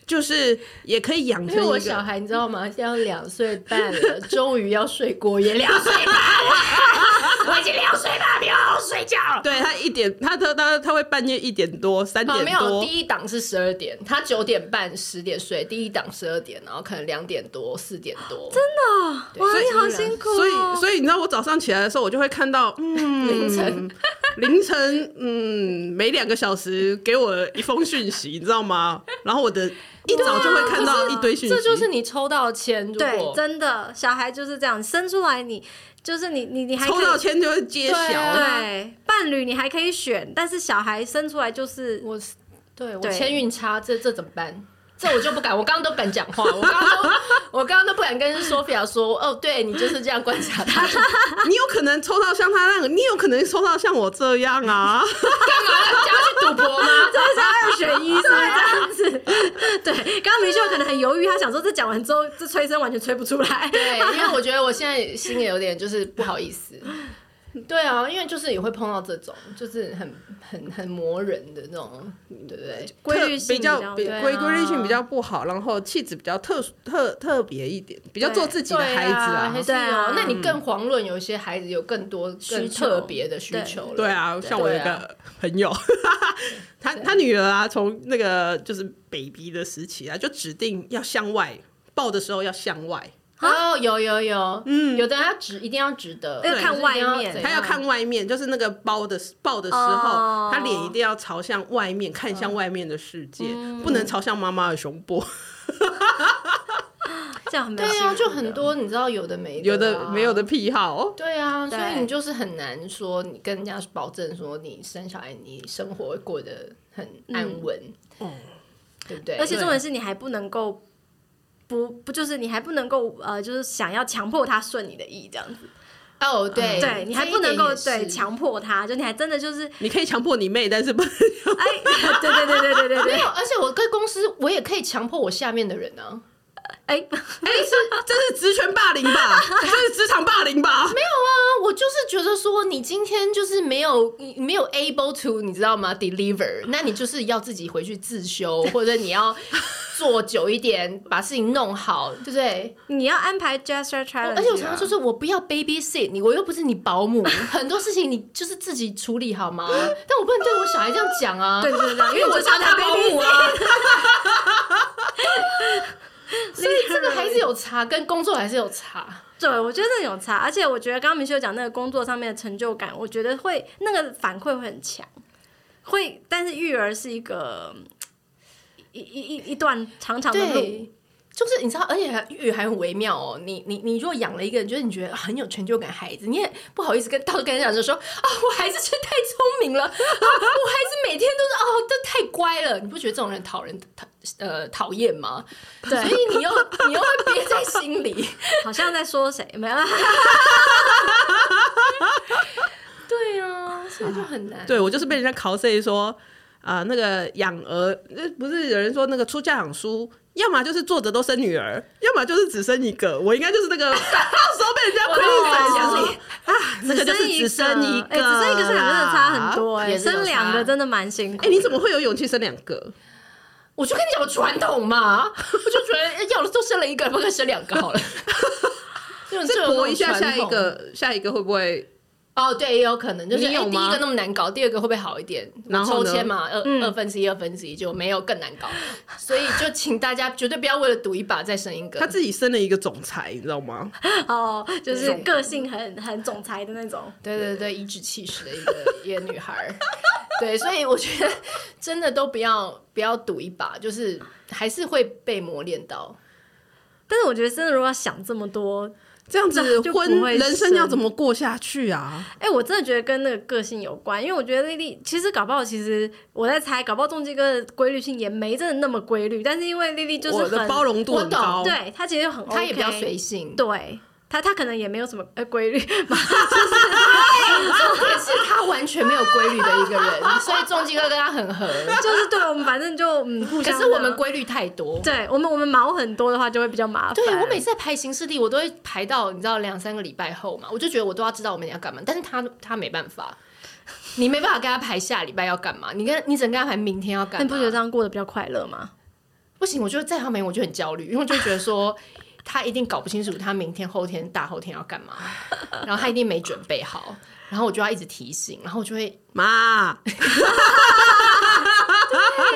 Speaker 1: 就是也可以养
Speaker 2: 因
Speaker 1: 成
Speaker 2: 为我
Speaker 1: 一
Speaker 2: 小
Speaker 1: 个。
Speaker 2: 孩你知道吗？要两岁半了，终于要睡过夜，两岁半了，我已经两岁半没有好好睡觉了。
Speaker 1: 对他一点，他他他他会半夜一点多、三
Speaker 2: 好，
Speaker 1: 点
Speaker 2: 没有，
Speaker 1: 多
Speaker 2: 第，一档是十二点，他九点半、十点睡，第一档十二点，然后可能两点多、四点多，真的
Speaker 3: 哇，
Speaker 2: 所以
Speaker 3: 你好辛苦、哦。
Speaker 1: 所以
Speaker 2: 啊
Speaker 1: 所以你知道我早上起来的时候，我就会看到，
Speaker 2: [laughs]
Speaker 1: 嗯，
Speaker 2: 凌晨。
Speaker 1: 凌晨，嗯，每两个小时给我一封讯息，你知道吗？然后我的一早就会看到一堆讯息，
Speaker 2: 啊这就是你抽到签，如
Speaker 3: 对
Speaker 2: 果，
Speaker 3: 真的，小孩就是这样，生出来你就是你你你还可
Speaker 1: 抽到
Speaker 3: 以
Speaker 1: 签就会揭
Speaker 2: 对
Speaker 1: 晓。
Speaker 2: 啊
Speaker 3: 对伴侣你还可以选，但是小孩生出来就是
Speaker 2: 我是对我
Speaker 3: 对
Speaker 2: 签运差，这这怎么办？这我就不敢，我刚刚都不敢讲话，我刚刚都我刚刚都不敢跟 Sophia 说，哦，对你就是这样观察他，
Speaker 1: 你有可能抽到像他那个，你有可能抽到像我这样啊。
Speaker 2: [laughs] 干嘛要叫他去赌博吗？
Speaker 3: 这是二选一，是不是这样子？ [laughs] 对，刚刚明秀可能很犹豫，他想说这讲完之后，这催生完全催不出来。
Speaker 2: 对，因为我觉得我现在心里有点就是不好意思。对啊，因为就是也会碰到这种，就是很很很磨人的那种，对不对？
Speaker 3: 规律性
Speaker 1: 比较
Speaker 3: 比
Speaker 1: 比
Speaker 2: 对
Speaker 3: 较
Speaker 2: 啊
Speaker 1: 规规律性比较不好，然后气质比较特殊特特别一点，比较做自己的孩子
Speaker 2: 啊，还是有
Speaker 3: 对啊
Speaker 2: 那你更遑论有一些孩子有更多更
Speaker 3: 需求
Speaker 2: 特别的需求了。
Speaker 1: 对啊，像我有一
Speaker 2: 对啊
Speaker 1: 个朋友，他他女儿啊，从那个就是 baby 的时期啊，就指定要向外抱的时候要向外，
Speaker 2: 哦，有有有，嗯，有的人他值一定要值得，
Speaker 3: 啊要看外面
Speaker 2: 就是一定
Speaker 1: 他要
Speaker 2: 怎样
Speaker 1: 看外面，就是那个包的抱的时候，
Speaker 3: 哦
Speaker 1: 他脸一定要朝向外面，看向外面的世界，不能朝向妈妈的胸部。
Speaker 3: 这样很没有
Speaker 2: 对
Speaker 3: 幸
Speaker 2: 啊，
Speaker 3: 福
Speaker 2: 就很多你知道有的没
Speaker 1: 有
Speaker 2: 的
Speaker 1: 的没有的。癖好，哦
Speaker 2: 对啊，所以
Speaker 3: 对
Speaker 2: 你就是很难说，你跟人家保证说你生小孩，你生活会过得很安稳，
Speaker 1: 哦
Speaker 2: 对不对？
Speaker 3: 嗯而且重点是你还不能够不不就是你还不能够呃，就是想要强迫他顺你的意这样子，
Speaker 2: 哦，对，
Speaker 3: 嗯对你还
Speaker 2: 这一
Speaker 3: 不能
Speaker 2: 点
Speaker 3: 够
Speaker 2: 也是
Speaker 3: 对强迫他，就你还真的就是 [laughs]
Speaker 1: 你可以强迫你妹，但是不能 [laughs]
Speaker 3: 哎，对对对对对对
Speaker 2: 没
Speaker 3: 对，
Speaker 2: 有，而且我跟公司我也可以强迫我下面的人啊，
Speaker 1: 哎、
Speaker 3: 哎、
Speaker 1: 是这是职权霸凌吧？ [laughs] 这是职场霸凌吧？没有，
Speaker 2: 啊我就是觉得说，你今天就是没有你没有 able to，你知道吗？deliver，那你就是要自己回去自修，或者你要做久一点，把事情弄好，对不对？
Speaker 3: 你要安排 gesture challenge，、
Speaker 2: 哦
Speaker 3: 啊
Speaker 2: 而且我常常就是我不要 babysit 你，我又不是你保姆，很多事情你就是自己处理好吗？但我不能对我小孩这样讲啊，
Speaker 3: 对对对对，
Speaker 2: 因
Speaker 3: 因
Speaker 2: 为
Speaker 3: 为
Speaker 2: 我
Speaker 3: 我
Speaker 2: 叫
Speaker 3: 叫
Speaker 2: 他
Speaker 3: 他
Speaker 2: 保
Speaker 3: baby
Speaker 2: 姆啊。所以这个还是有差，跟工作还是有差。
Speaker 3: [laughs] 对，我觉得这有差，而且我觉得刚刚明秀讲那个工作上面的成就感，我觉得会那个反馈会很强，会，但是育儿是一个嗯一一一一段长长的路，
Speaker 2: 对，就是你知道，而且还育儿还很微妙哦。你你你如果养了一个人，就是你觉得很有成就感的孩子，你也不好意思跟到处跟人家讲说，哦，我孩子是太聪明了，啊我孩子每天都是哦，都太乖了。你不觉得这种人讨人讨呃讨厌吗？所
Speaker 3: 对
Speaker 2: 以你又你又会憋在心里。
Speaker 3: [laughs] 好像在说谁没有啦？
Speaker 2: 对啊，所以就很难。
Speaker 1: 对我就是被人家考 C 说啊、那个养儿，那不是有人说那个出家养书。要么就是作者都生女儿，要么就是只生一个。我应该就是那 [laughs] 个到时候被人家亏
Speaker 2: 我懂
Speaker 1: [laughs] 损，
Speaker 3: 只
Speaker 1: 那个就是啊只生一个
Speaker 3: 哎，只生一个是两个真的差
Speaker 1: [laughs]
Speaker 3: 很多
Speaker 2: 也
Speaker 3: 哎，
Speaker 2: 是有差
Speaker 3: 生两个真的蛮辛苦的。
Speaker 1: 哎、你怎么会有勇气生两个？
Speaker 2: 我就跟你讲，我传统嘛，我就觉得哎要了都生了一个，不可以生两个好了。这种
Speaker 1: 再
Speaker 2: 这种
Speaker 1: 搏一下，
Speaker 2: 传
Speaker 1: 下一
Speaker 2: 统
Speaker 1: 个，下一个会不会
Speaker 2: 哦，对，也有可能就是
Speaker 1: 你有
Speaker 2: 哎第一
Speaker 1: 吗
Speaker 2: 个那么难搞，第二个会不会好一点？
Speaker 1: 然后
Speaker 2: 抽
Speaker 1: 呢嗯
Speaker 2: 签嘛，二二分之一，二分之一就没有更难搞，所以就请大家绝对不要为了赌一把再生一个
Speaker 1: 他。自己生了一个总裁，你知道吗？
Speaker 3: [laughs] 哦，就是个性很很总裁的那种。
Speaker 2: 对对对，颐指气使的一个一个女孩儿。对，所以我觉得真的都不要不要赌一把，就是还是会被磨练到。
Speaker 3: 但是我觉得真的，如果要想这么多，
Speaker 1: [laughs] 这样子
Speaker 3: 那就不
Speaker 1: 婚
Speaker 3: 会
Speaker 1: 人生
Speaker 3: 生
Speaker 1: 要怎么过下去啊？
Speaker 3: 哎、我真的觉得跟那个个性有关，因为我觉得丽丽其实搞不好，其实我在猜，搞不好重基哥的规律性也没真的那么规律，但是因为丽丽就是
Speaker 1: 我
Speaker 3: 很
Speaker 1: 的包容度
Speaker 2: 我
Speaker 1: 很
Speaker 2: 懂
Speaker 1: 高，
Speaker 3: 对她其实很 OK，
Speaker 2: 她也比较随性，
Speaker 3: 对。她她可能也没有什么呃规律， [laughs]
Speaker 2: 但是她完全没有规律的一个人，所以重基哥跟她很合。
Speaker 3: 就是对我们反正就嗯互
Speaker 2: 可
Speaker 3: 相的。
Speaker 2: 是我们规律太多。
Speaker 3: 对我们我们毛很多的话就会比较麻烦。
Speaker 2: 对我每次在排行事历，我都会排到你知道两三个礼拜后嘛，我就觉得我都要知道我们要干嘛，但是他他没办法，你没办法跟他排下礼拜要干嘛，你跟你只能跟他排明天要干
Speaker 3: 那
Speaker 2: 嘛。
Speaker 3: 你不觉得这样过得比较快乐吗？
Speaker 2: 不行，我就在他面我就很焦虑，因为我就觉得说他一定搞不清楚他明天、后天、大后天要干嘛，然后他一定没准备好，然后我就要一直提醒，然后我就会，
Speaker 1: 妈，
Speaker 2: 哎，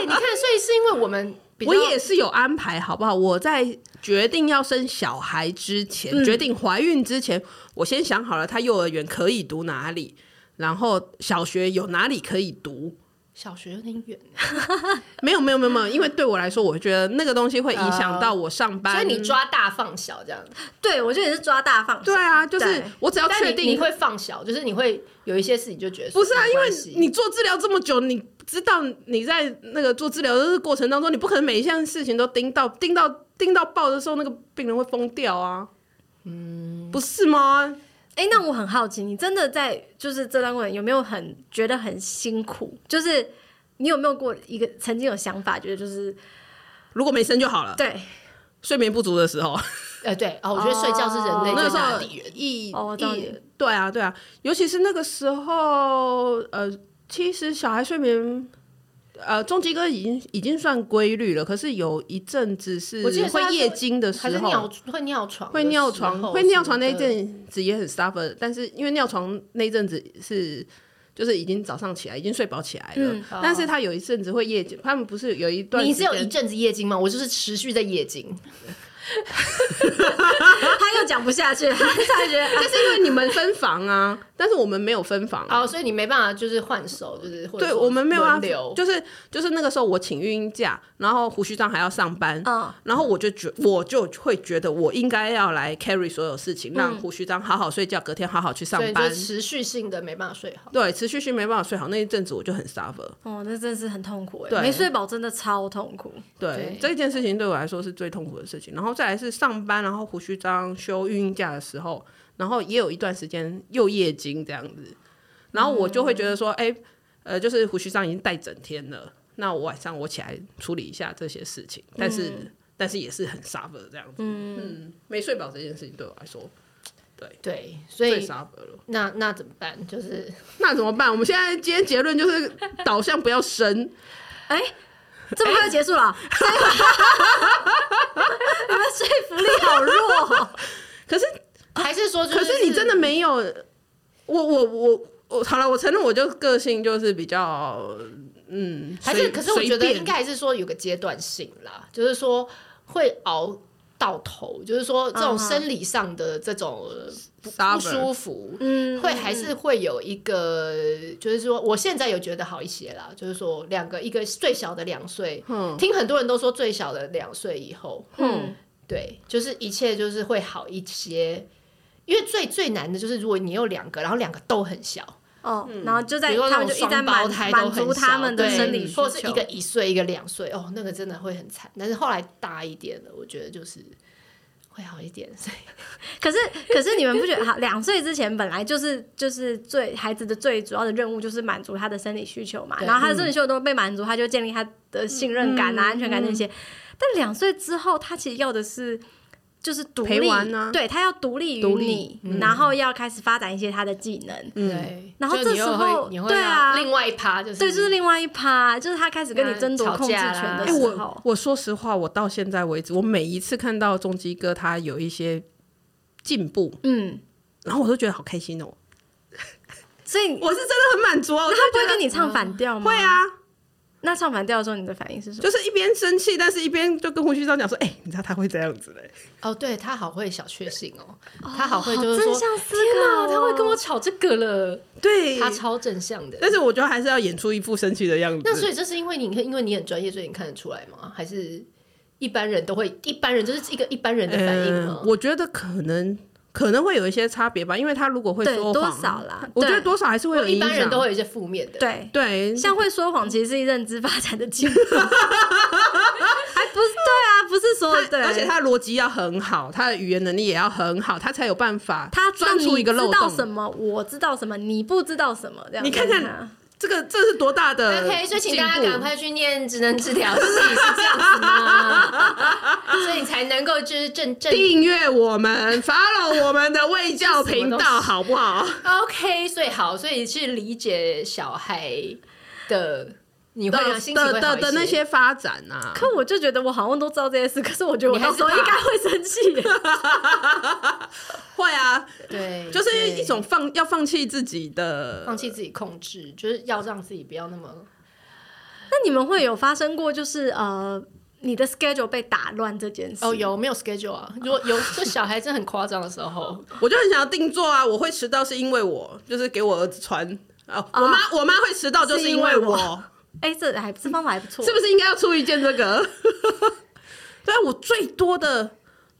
Speaker 2: 你看，所以是因为我们比较
Speaker 1: 我也是有安排，好不好？我在决定要生小孩之前，
Speaker 2: 嗯
Speaker 1: 决定怀孕之前，我先想好了，他幼儿园可以读哪里，然后小学有哪里可以读。
Speaker 2: 小学有点远，
Speaker 1: 没有没有没有没有，因为对我来说，我觉得那个东西会影响到我上班。
Speaker 2: 哦所以你抓大放小这样，
Speaker 3: 对，我觉得你是抓大放小。
Speaker 1: 对啊，就是
Speaker 3: 对
Speaker 1: 我只要
Speaker 2: 但
Speaker 1: 确
Speaker 2: 你
Speaker 1: 定
Speaker 2: 你会放小，就是你会有一些事情就觉得
Speaker 1: 不是啊，
Speaker 2: 没
Speaker 1: 因
Speaker 2: 关
Speaker 1: 为
Speaker 2: 系
Speaker 1: 你做治疗这么久，你知道你在那个做治疗的过程当中，你不可能每一项事情都盯到盯到盯到爆的时候，那个病人会疯掉啊。嗯，不是吗？
Speaker 3: 哎、那我很好奇，你真的在就是这段过程有没有很觉得很辛苦？就是你有没有过一个曾经有想法，觉得就是
Speaker 1: 如果没生就好了。
Speaker 3: 对 [laughs]
Speaker 1: 睡眠不足的时候，
Speaker 2: 呃对哦，我觉得睡觉是人类
Speaker 1: 那
Speaker 2: 最
Speaker 1: 时
Speaker 2: 大的
Speaker 1: 候
Speaker 2: 敌人。
Speaker 1: 一
Speaker 3: 哦我知道你
Speaker 1: 一对啊对啊，尤其是那个时候，呃，其实小孩睡眠。呃，重疾哥已经已经算规律了，可是有一阵子是
Speaker 2: 我记得是他
Speaker 1: 会
Speaker 2: 是
Speaker 1: 夜惊的时
Speaker 2: 还是
Speaker 1: 候，
Speaker 2: 尿会尿床的时候，
Speaker 1: 会尿床，会尿床那一
Speaker 2: 什么的
Speaker 1: 阵子也很 suffer，但是因为尿床那一阵子是。就是已经早上起来，已经睡饱起来了，
Speaker 3: 嗯
Speaker 1: 但是他有一阵子会夜间，他们不是有一段
Speaker 2: 你
Speaker 1: 时
Speaker 2: 是
Speaker 1: 间
Speaker 2: 有一阵子夜惊吗？我就是持续在夜惊，
Speaker 3: 他又讲不下去，他突然觉得
Speaker 1: [laughs] 但是因为你们分房啊， [laughs] 但是我们没有分房、啊，
Speaker 2: 哦，所以你没办法就是换手，就是或者
Speaker 1: 对
Speaker 2: 说
Speaker 1: 我们没有啊
Speaker 2: 轮，流，
Speaker 1: 就是就是那个时候我请孕假，然后胡须章还要上班，
Speaker 3: 嗯
Speaker 1: 然后我就觉我就会觉得我应该要来 carry 所有事情，让胡须章好好睡觉，隔天好好去上
Speaker 2: 嗯所以就
Speaker 1: 班，
Speaker 2: 持续性的没办法睡好。
Speaker 1: 对，持续性没办法睡好，那一阵子我就很 suffer。
Speaker 3: 哦，那真的是很痛苦哎、
Speaker 1: 对
Speaker 3: 没睡饱真的超痛苦。
Speaker 1: 对
Speaker 2: 对
Speaker 1: 这件事情对我来说是最痛苦的事情，然后再来是上班，然后胡须章休孕假的时候，然后也有一段时间又夜经这样子，然后我就会觉得说，哎、呃，就是胡须章已经带整天了，那我晚上我起来处理一下这些事情，但是、但是也是很 suffer 这样子，嗯没睡饱这件事情对我来说
Speaker 2: 对，所
Speaker 1: 最
Speaker 2: 以
Speaker 1: suffer 了，
Speaker 2: 那那怎么办？就是
Speaker 1: 那怎么办？我们现在今天结论就是导向不要生，
Speaker 3: 哎、这么快就结束了，这个你们说服力好弱哦。
Speaker 1: 可是
Speaker 2: 还是说、哦就是，
Speaker 1: 啊
Speaker 2: 嗯
Speaker 1: 可是你真的没有，我我我我好了，我承认我就个性就是比较嗯，
Speaker 2: 还是
Speaker 1: 随
Speaker 2: 可是我觉
Speaker 1: 随
Speaker 2: 得
Speaker 1: 便
Speaker 2: 应该还是说有个阶段性啦，就是说会熬。到头就是说，这
Speaker 1: 啊
Speaker 2: 种
Speaker 3: 嗯哼
Speaker 2: 生理上的这种呃不不
Speaker 1: Suffer
Speaker 2: 舒服，
Speaker 3: 嗯，
Speaker 2: 会还是会有一个，就是说，我现在有觉得好一些啦。就是说，两个，一个最小的两岁，听很多人都说最小的两岁以后，
Speaker 3: 嗯
Speaker 2: 对，就是一切就是会好一些。因为最最难的就是，如果你有两个，然后两个都很小，
Speaker 3: 哦，然后就在
Speaker 2: 比如说
Speaker 3: 他
Speaker 2: 那
Speaker 3: 们就
Speaker 2: 种
Speaker 3: 一直在
Speaker 2: 双
Speaker 3: 满
Speaker 2: 胞胎都
Speaker 3: 满
Speaker 2: 很
Speaker 3: 足
Speaker 2: 小
Speaker 3: 他们的
Speaker 2: 对
Speaker 3: 生理需求，
Speaker 2: 或是一个一岁，一个两岁，哦，那个真的会很惨。但是后来大一点了，我觉得就是会好一点。所以
Speaker 3: 可是，可是你们不觉得，好，两岁之前本来就是就是最孩子的最主要的任务就是满足他的生理需求嘛，
Speaker 2: 对
Speaker 3: 然后他的生理需求都被满足，他就建立他的信任感啊、安全感那些。但两岁之后，他其实要的是就是独
Speaker 1: 陪
Speaker 3: 立，
Speaker 1: 玩啊
Speaker 3: 对他要独立于
Speaker 1: 独
Speaker 3: 你
Speaker 1: 立，
Speaker 3: 然后要开始发展一些他的技能。
Speaker 2: 对，
Speaker 3: 嗯然后
Speaker 2: 就你
Speaker 3: 这
Speaker 2: 又
Speaker 3: 时候
Speaker 2: 会你会
Speaker 3: 对啊
Speaker 2: 要另外一趴就是
Speaker 3: 对，就是另外一趴，就是他开始跟你争夺
Speaker 2: 吵
Speaker 3: 控制
Speaker 2: 架啦
Speaker 3: 权的
Speaker 1: 哎、
Speaker 3: 时候。
Speaker 1: 我我说实话，我到现在为止，我每一次看到中基哥他有一些进步，
Speaker 3: 嗯，
Speaker 1: 然后我都觉得好开心哦、
Speaker 3: 所以
Speaker 1: 我是真的很满足啊，我
Speaker 3: 那
Speaker 1: 就
Speaker 3: 他不会跟你唱反调吗？
Speaker 1: 会。啊，
Speaker 3: 那唱反调的时候，你的反应是什么？
Speaker 1: 就是一边生气，但是一边就跟胡须章讲说，哎、你知道他会这样子的、
Speaker 2: 哦，对他好会小确幸哦，他好会就是
Speaker 3: 正
Speaker 2: 说，
Speaker 3: 向思
Speaker 2: 天
Speaker 3: 考、
Speaker 2: 他会跟我吵这个了，
Speaker 1: 哦 [laughs] 对，
Speaker 2: 他超正向的。
Speaker 1: 但是我觉得还是要演出一副生气的样子。
Speaker 2: 那所以这是因为你看，因为你很专业，所以你看得出来吗？还是一般人都会？一般人就是一个一般人的反应吗？
Speaker 1: 呃我觉得可能可能会有一些差别吧，因为他如果会
Speaker 3: 对
Speaker 1: 说谎，
Speaker 3: 多少啦
Speaker 1: 我觉得
Speaker 3: 对
Speaker 1: 多少还是会有
Speaker 2: 一
Speaker 1: 影响
Speaker 2: 般人都会有一些负面的，
Speaker 3: 对，
Speaker 1: 对，
Speaker 3: 像会说谎，其实是认知发展的进步， [laughs] 还不是对啊，不是所有
Speaker 1: 他
Speaker 3: 的，
Speaker 1: 而且他的逻辑要很好，他的语言能力也要很好，他才有办法
Speaker 3: 他
Speaker 1: 钻出一个漏
Speaker 3: 知道什
Speaker 1: 洞。
Speaker 3: 么，我知道什么，你不知道什么，这样
Speaker 1: 你看看
Speaker 3: 啊
Speaker 1: 这个这是多大的
Speaker 2: OK，所以请
Speaker 1: 进
Speaker 2: 大家
Speaker 1: 步
Speaker 2: 赶快去念职能治疗系，是这样子吗？ [laughs] 所以你才能够就是正正
Speaker 1: 订阅我们，follow 我们的卫教频
Speaker 2: [laughs] 这是什么
Speaker 1: 道，好不好？
Speaker 2: OK，所以好，所以是理解小孩的，你会让啊心情会好
Speaker 1: 的
Speaker 2: 一些
Speaker 1: 的的那，些发展啊，
Speaker 3: 可我就觉得我好像都知道这些事，可是我觉得我
Speaker 2: 你还
Speaker 3: 到
Speaker 2: 是
Speaker 3: 时候应
Speaker 2: 怕
Speaker 3: 该会生气。
Speaker 1: 会啊，
Speaker 2: 对，
Speaker 1: 就是
Speaker 2: 对
Speaker 1: 一种放要放弃自己的
Speaker 2: 放弃自己控制，就是要让自己不要那么。
Speaker 3: [laughs] 那你们会有发生过就是呃你的 schedule 被打乱这件事？
Speaker 2: 哦，有没有 schedule 啊？如果有，就小孩真的很夸张的
Speaker 1: [laughs]
Speaker 2: 时候，
Speaker 1: 我就很想要定做啊！我会迟到是因为我，就是给我儿子穿啊。我妈、我妈会迟到就是因为
Speaker 3: 是因为
Speaker 1: 我，
Speaker 3: 我哎、这还这方法还不错，
Speaker 1: 是不是应该要出一件这个？ [laughs] 对啊，我最多的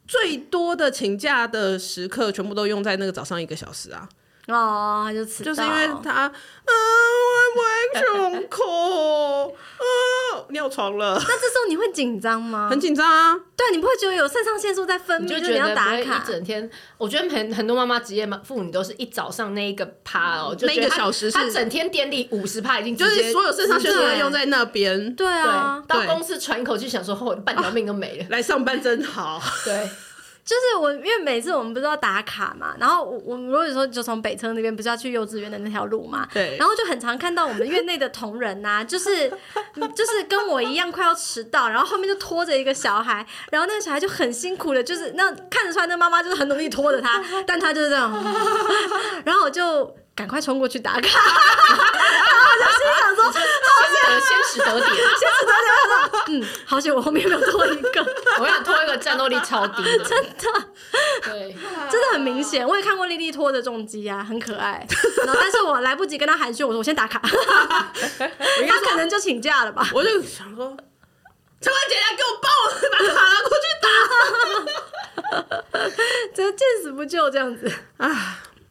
Speaker 1: 最多的请假的时刻，全部都用在那个早上一个小时啊，
Speaker 3: 哦，他就迟到，
Speaker 1: 就是因为他，啊，我不会胸口，啊，尿床了，
Speaker 3: 那这时候你会紧张吗？
Speaker 1: 很紧张啊。
Speaker 3: 对，你不会觉得有肾上腺素在分
Speaker 2: 你
Speaker 3: 泌，
Speaker 2: 就
Speaker 3: 就
Speaker 2: 觉
Speaker 3: 是你
Speaker 2: 得
Speaker 3: 要打
Speaker 2: 不会
Speaker 3: 卡
Speaker 2: 一。整天。我觉得很很多妈妈职业妈妇女都是一早上那一个趴哦，就
Speaker 1: 那一个
Speaker 2: 觉得她
Speaker 1: 小时是
Speaker 2: 她整天电力五十趴已经
Speaker 1: 就
Speaker 2: 直接
Speaker 1: 是所有肾上腺素都用在那边，
Speaker 3: 对
Speaker 2: 对
Speaker 3: 啊，
Speaker 2: 到
Speaker 1: 对
Speaker 2: 公司喘一口气，想说哦，半条命都
Speaker 1: [laughs]
Speaker 2: 没了。
Speaker 1: 来上班真好。 [laughs]
Speaker 2: 对，
Speaker 3: 就是我，因为每次我们不是要打卡嘛，然后我我们如果说就从北车那边不是要去幼稚园的那条路嘛，
Speaker 1: 对
Speaker 3: 然后就很常看到我们院内的同仁呐、 [laughs] 就是嗯就是跟我一样快要迟到，然后后面就拖着一个小孩，然后那个小孩就很辛苦的，就是那看得出来那妈妈就是很努力拖着他，但他就是这样， [laughs] 然后我就赶快冲过去打卡， [laughs] 然后我就心想说，
Speaker 2: 先得先使得点。
Speaker 3: 嗯，好险我后面没有拖一个。
Speaker 2: 我想拖一个战斗力超低，真的。对，
Speaker 3: 真的很明显，我也看过莉莉拖着重机啊，很可
Speaker 2: [laughs]
Speaker 3: 爱。然后，但是我来不及跟她寒暄，我说我先打卡，她可能就请假了
Speaker 2: [laughs]
Speaker 3: 吧。
Speaker 1: 我就想说，陈冠杰来给我抱，把他拿过去打。
Speaker 3: 这见死不救这样子，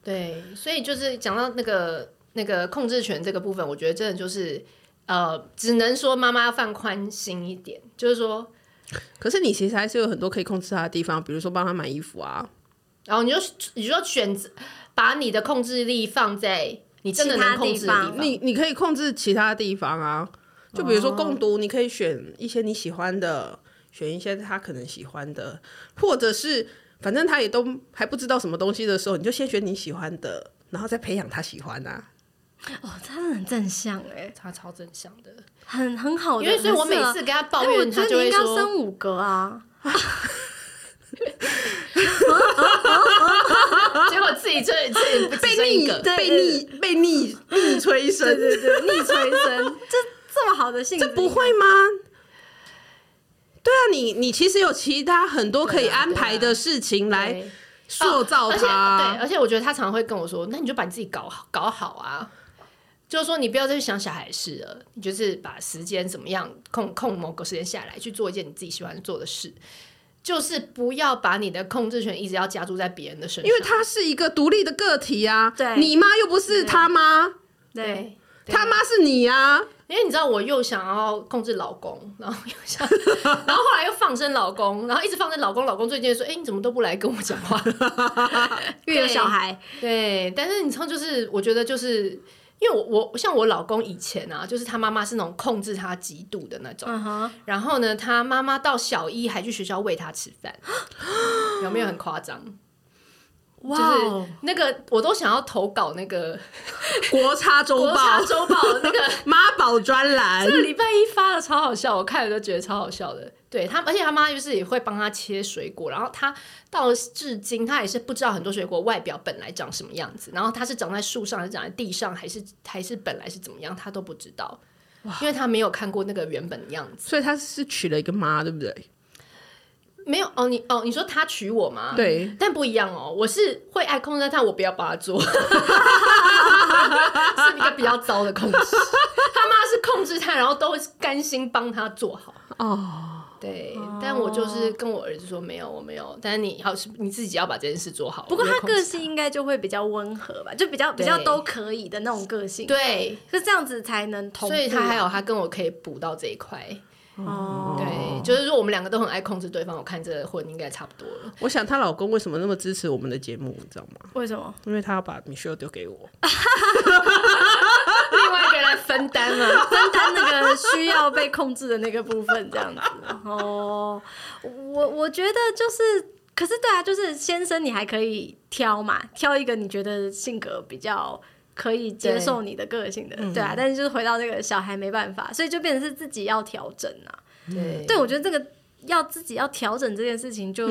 Speaker 2: 对，所以就是讲到那个那个控制权这个部分，我觉得真的就是呃，只能说妈妈要放宽心一点，就是说，
Speaker 1: 可是你其实还是有很多可以控制他的地方，比如说帮他买衣服啊。
Speaker 2: 然后你就你就选择把你的控制力放在你真的能控制的地
Speaker 3: 其他地
Speaker 2: 方。
Speaker 3: 方
Speaker 1: 你你可以控制其他地方啊，就比如说共读，你可以选一些你喜欢的，选一些他可能喜欢的，或者是反正他也都还不知道什么东西的时候，你就先选你喜欢的，然后再培养他喜欢
Speaker 2: [laughs]
Speaker 1: 啊。
Speaker 3: 哦，真的很正向哎、
Speaker 2: 他超正向的，
Speaker 3: 很很好的。
Speaker 2: 因为所以我
Speaker 3: 很适
Speaker 2: 每
Speaker 3: 合
Speaker 2: 次跟他抱
Speaker 3: 哎我
Speaker 2: 怨，
Speaker 3: 觉
Speaker 2: 他
Speaker 3: 得
Speaker 2: 就
Speaker 3: 你
Speaker 2: 会
Speaker 3: 应该
Speaker 2: 说
Speaker 3: 生五个啊，
Speaker 2: 结果自己这自己不止生
Speaker 1: [laughs] 被
Speaker 2: 一
Speaker 1: 逆
Speaker 2: 个，
Speaker 1: 被逆被逆逆催生，
Speaker 3: 对对，逆
Speaker 2: [laughs]
Speaker 3: 催生，这这么好的性质，
Speaker 1: 这不会吗？对啊，你你其实有其他很多可以
Speaker 2: 对啊
Speaker 1: 安排
Speaker 2: 对啊
Speaker 1: 的事情来
Speaker 2: 对哦
Speaker 1: 塑造
Speaker 2: 而且对，
Speaker 1: 他。
Speaker 2: 而且我觉得他常常会跟我说：“那你就把你自己搞好搞好啊。”就是说，你不要再去想小孩的事了，你就是把时间怎么样空空某个时间下来去做一件你自己喜欢做的事，就是不要把你的控制权一直要加注在别人的身
Speaker 1: 因
Speaker 2: 上，
Speaker 1: 为他是一啊个独立的个体啊，
Speaker 3: 对
Speaker 1: 你妈又不是他妈，
Speaker 3: 对。
Speaker 2: 对
Speaker 1: 他妈是你 [laughs] 啊，
Speaker 2: 因为你知道，我又想要控制老公，然后又想， [laughs] 然后后来又放生老公，然后一直放生老公，老公最近就说：“哎、你怎么都不来跟我讲话？”
Speaker 3: 越有小孩，
Speaker 2: [laughs] 对，但是你知道，就是我觉得就是因为我我像我老公以前啊，就是他妈妈是那种控制他极度的那种，
Speaker 3: 嗯哼，
Speaker 2: 然后呢，他妈妈到小一还去学校喂他吃饭，有没有很夸张？
Speaker 4: 哇
Speaker 2: 就是那个我都想要投稿那个
Speaker 1: 国差周
Speaker 2: 国
Speaker 1: 报
Speaker 2: 家、周报那个
Speaker 1: 妈宝专栏
Speaker 2: 这，个礼拜一发的超好笑，我看了都觉得超好笑的。对他，而且他妈就是也会帮他切水果，然后他到了至今他也是不知道很多水果外表本来长什么样子，然后它是长在树上，还是长在地上，还是还是本来是怎么样，他都不知道，因为他没有看过那个原本的样子。
Speaker 1: [laughs] 所以他是娶了一个妈，对不对？
Speaker 2: 没有哦，你哦，你说他娶我吗？
Speaker 1: 对，
Speaker 2: 但不一样哦，我是会爱控制，但我不要帮他做，是一个比较糟的控制。他妈是控制他，然后都甘心帮他做好。
Speaker 1: 哦，
Speaker 2: 对，但我就是跟我儿子说没有，我没有。但是你好，是你自己要把这件事做好。
Speaker 3: 不过
Speaker 2: 我
Speaker 3: 他
Speaker 2: 就控制
Speaker 3: 个性应该就会比较温和吧，就比较比
Speaker 2: 对
Speaker 3: 较都可以的那种个性。，
Speaker 2: 对，
Speaker 3: 就这样子才能同步。
Speaker 2: 所以他还有嗯他跟我可以补到这一块。
Speaker 3: 哦，
Speaker 2: 对，就是说我们两个都很爱控制对方。我看这婚应该差不多
Speaker 1: [laughs]
Speaker 2: 了。
Speaker 1: 我想她老公为什么那么支持我们的节目，你知道吗？
Speaker 3: 为什么？
Speaker 1: 因为他要把米秀丢给我，
Speaker 2: 另外一个人来分担了。
Speaker 3: 分担那个需要被控制的那个部分，这样子。哦，我我觉得就是，可是对啊，就是先生你还可以挑嘛，挑一个你觉得性格比较。可以接受你的个性的，对啊，但是就是回到那个小孩没办法，所以就变成是自己要调整啊。
Speaker 2: 对
Speaker 3: 对，我觉得这个要自己要调整这件事情，就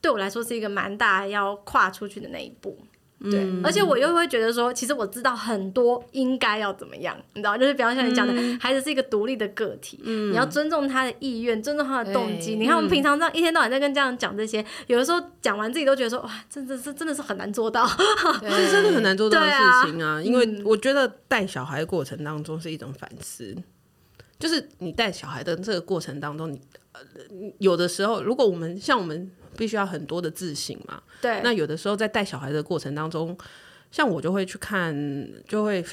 Speaker 3: 对我来说是一个蛮大要跨出去的那一步。对，而且我又会觉得说，其实我知道很多应该要怎么样，你知道，就是比方像你讲的，孩子是一个独立的个体，你要尊重他的意愿，尊重他的动机。
Speaker 2: 对
Speaker 3: 你看我们平常这样一天到晚在跟家长讲这些，有的时候讲完自己都觉得说，哇，真的是真的是很难做到。
Speaker 1: [clears throat] 这真的很难做到的
Speaker 3: 对啊
Speaker 1: 事情啊！因为我觉得带小孩的过程当中是一种反思，就是你带小孩的这个过程当中，你、呃、有的时候，如果我们像我们必须要很多的自省嘛，
Speaker 3: [laughs] 对，
Speaker 1: 那有的时候在带小孩的过程当中，像我就会去看，就会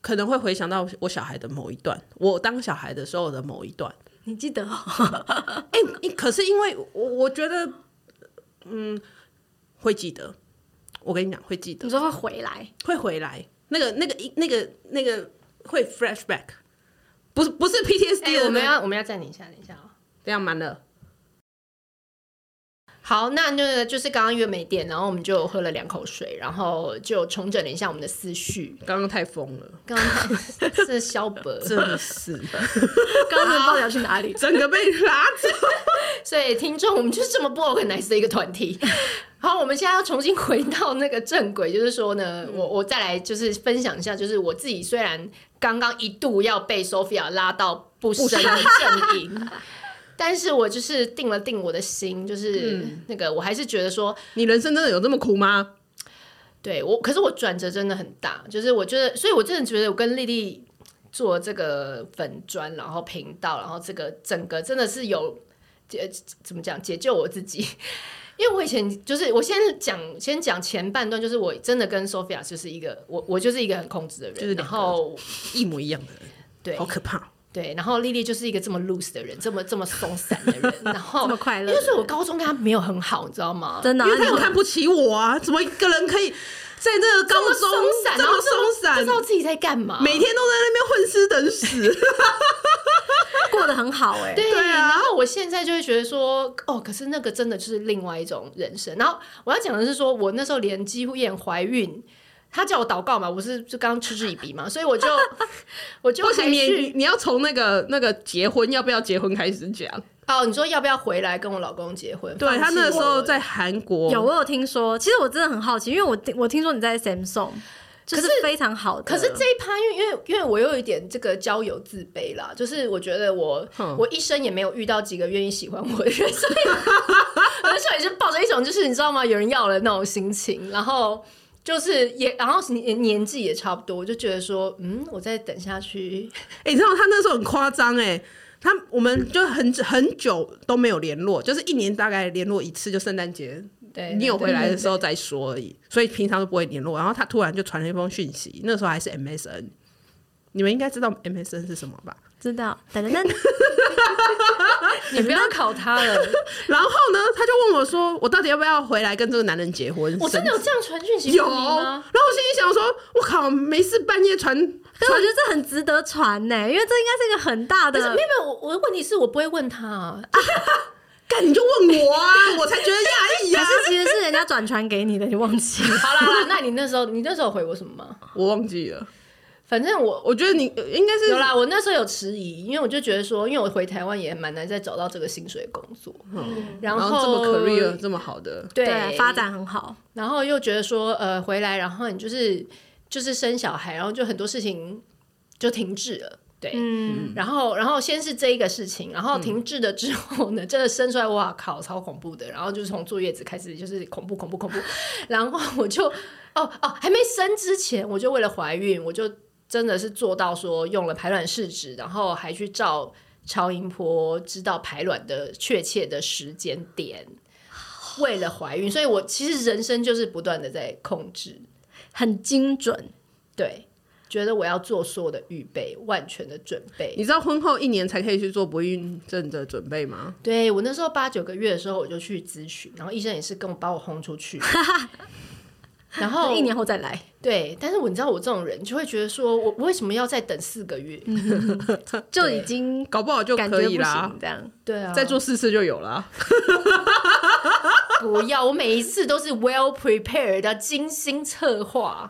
Speaker 1: 可能会回想到我小孩的某一段，我当小孩的时候的某一段。
Speaker 3: 你记得、哦， [laughs]
Speaker 1: 哎、因可是因为我我觉得，嗯，会记得。我跟你讲，会记得
Speaker 3: 你，说会回来，
Speaker 1: 会回来。那个、那个、那个、那个会 flashback，不是不是 PTSD
Speaker 2: 哎
Speaker 1: 的、
Speaker 2: 我们要我们要暂停一下，等一下哦。
Speaker 1: 这样满了。
Speaker 2: 好，那那就是刚刚因为没电，然后我们就喝了两口水，然后就重整了一下我们的思绪。
Speaker 1: 刚刚太疯了，
Speaker 2: 刚刚 [laughs] 是肖伯，
Speaker 1: 真的是
Speaker 3: 刚刚到底要去哪里？
Speaker 1: [laughs] 整个被拉走。
Speaker 2: 所以听众我们就是这么不 organized 的一个团体。 [laughs] 好，我们现在要重新回到那个正轨，就是说呢，我我再来就是分享一下，就是我自己虽然刚刚一度要被 Sophia 拉到不深的阵营， [laughs] 但是我就是定了定我的心，就是那个我还是觉得说，
Speaker 1: 你人生真的有这么苦吗？
Speaker 2: 对我，可是我转折真的很大，就是我觉得，所以我真的觉得我跟丽丽做这个粉砖，然后频道，然后这个整个真的是有解怎么讲解救我自己， [laughs] 因为我以前就是我先讲先讲前半段，就是我真的跟 Sophia 就是一个我我就是一个很控制的人，
Speaker 1: 就是
Speaker 2: 然
Speaker 1: 两个
Speaker 2: 后
Speaker 1: 一模一样的人，
Speaker 2: 对
Speaker 1: 好可怕。
Speaker 2: 对，然后丽丽就是一个这么 loose 的人，这么这么松散的
Speaker 1: [laughs]
Speaker 2: 人，然后
Speaker 3: 这么快乐的
Speaker 2: 因为所以我
Speaker 3: 人
Speaker 2: 高中跟她没有很好，你知道吗？
Speaker 3: 真的、啊，
Speaker 1: 因为他
Speaker 3: 你
Speaker 1: 有
Speaker 3: 会
Speaker 1: 看不起我啊！怎么一个人可以在这个高中
Speaker 2: 松散，
Speaker 1: 这
Speaker 2: 然后
Speaker 1: 么
Speaker 2: 这么
Speaker 1: 松散
Speaker 2: 不知，道自己在干嘛，
Speaker 1: 每天都在那边混吃等 [laughs] 死？
Speaker 3: 过得很好哎、
Speaker 2: 对
Speaker 1: 对啊
Speaker 2: 然后我现在就会觉得说，哦，可是那个真的就是另外一种人生。然后我要讲的是说，我那时候连几乎验怀孕，他叫我祷告嘛，我是就刚嗤之以鼻嘛，所以
Speaker 1: [laughs]
Speaker 2: 我就我就
Speaker 1: 不
Speaker 2: 还
Speaker 1: [laughs] 行，你
Speaker 2: 去
Speaker 1: 你你要从那个那个结婚要不要结婚开始讲。
Speaker 2: 哦，你说要不要回来跟我老公结婚？
Speaker 1: 对
Speaker 2: 放弃
Speaker 1: 他那个时候
Speaker 2: 我
Speaker 1: 在韩国
Speaker 3: 有，我有听说。其实我真的很好奇，因为我听我听说你在 Samsung，就是
Speaker 2: 可是
Speaker 3: 非常好的。
Speaker 2: 可是这一趴，因为因为因为我有一点这个交友自卑啦，就是我觉得我、
Speaker 1: 哼
Speaker 2: 我一生也没有遇到几个愿意喜欢我的人，所以 [laughs] 我那时候也是抱着一种就是你知道吗，有人要了那种心情，然后就是也然后年年纪也差不多，我就觉得说，嗯，我再等下去，
Speaker 1: 哎，你知道他那时候很夸张哎。他我们就很很久都没有联络，就是一年大概联络一次，就圣诞节
Speaker 2: 对
Speaker 1: 你有回来的时
Speaker 2: 候，
Speaker 1: 候再说而已，所以平常都不会联络。然后他突然就传了一封讯息，那时候还是 MSN，你们应该知道 MSN 是什么吧？
Speaker 3: 知道，等等等，
Speaker 2: 你不要考他了，
Speaker 1: 然后呢，他就问我说：“我到底要不要回来跟这个男人结婚？”
Speaker 2: [laughs] 我真的有这样传讯息
Speaker 1: 神
Speaker 2: 给
Speaker 1: 有。
Speaker 2: 你
Speaker 1: 然后
Speaker 2: 吗？
Speaker 1: 我心里想说：“我靠，没事半夜传
Speaker 3: 可是我觉得这很值得欸传呢、因为这应该是一个很大
Speaker 2: 但是没有。
Speaker 3: 的
Speaker 2: 没有，我我的问题是我不会问他、啊，
Speaker 1: 干你就问我啊，我才觉得讶
Speaker 3: [laughs]
Speaker 1: 异
Speaker 3: 还
Speaker 1: 啊 [laughs]
Speaker 3: 是。其实是人家转传给你的，你忘记了？
Speaker 2: 好啦好啦，那你那时候你那时候回我什么吗？
Speaker 1: 我忘记了，
Speaker 2: 反正我
Speaker 1: 我觉得你呃应该是
Speaker 2: 有啦，我那时候有迟疑，因为我就觉得说，因为我回台湾也蛮难再找到这个薪水工作，然
Speaker 1: 嗯然
Speaker 2: 后
Speaker 1: 后这么 career 这么好的，
Speaker 2: [laughs] 对
Speaker 3: 发，展很好，
Speaker 2: 然后又觉得说，呃，回来然后你就是就是生小孩，然后就很多事情就停滞了，对，
Speaker 3: 嗯，
Speaker 2: 然后，然后先是这一个事情，然后停滞了之后呢， [laughs] 真的生出来，哇靠，超恐怖的。然后就是从坐月子开始，就是恐怖恐怖恐怖。然后我就，哦哦，还没生之前，我就为了怀孕，我就真的是做到说用了排卵试纸，然后还去照超音波，知道排卵的确切的时间点。为了怀孕，所以我其实人生就是不断的在控制，
Speaker 3: 很精准，
Speaker 2: 对，觉得我要做所有的预备，万全的准备。
Speaker 1: 你知道婚后一年才可以去做不孕症的准备吗？
Speaker 2: 对我那时候八九个月的时候，我就去咨询，然后医生也是跟我把我轰出
Speaker 3: [laughs]
Speaker 2: 去，然后
Speaker 3: 一年后再
Speaker 2: [laughs]
Speaker 3: 来。
Speaker 2: 对，但是我你知道我这种人就会觉得说我我为什么要再等四个月？
Speaker 3: 嗯就已经
Speaker 1: 搞不好就
Speaker 3: 感
Speaker 1: 可
Speaker 3: 觉
Speaker 1: 以
Speaker 3: 不
Speaker 1: 啦
Speaker 3: 行，，这样。
Speaker 2: 对啊，
Speaker 1: 再做四次就有了。
Speaker 2: 不要，我每一次都是 well prepared 的精心策划，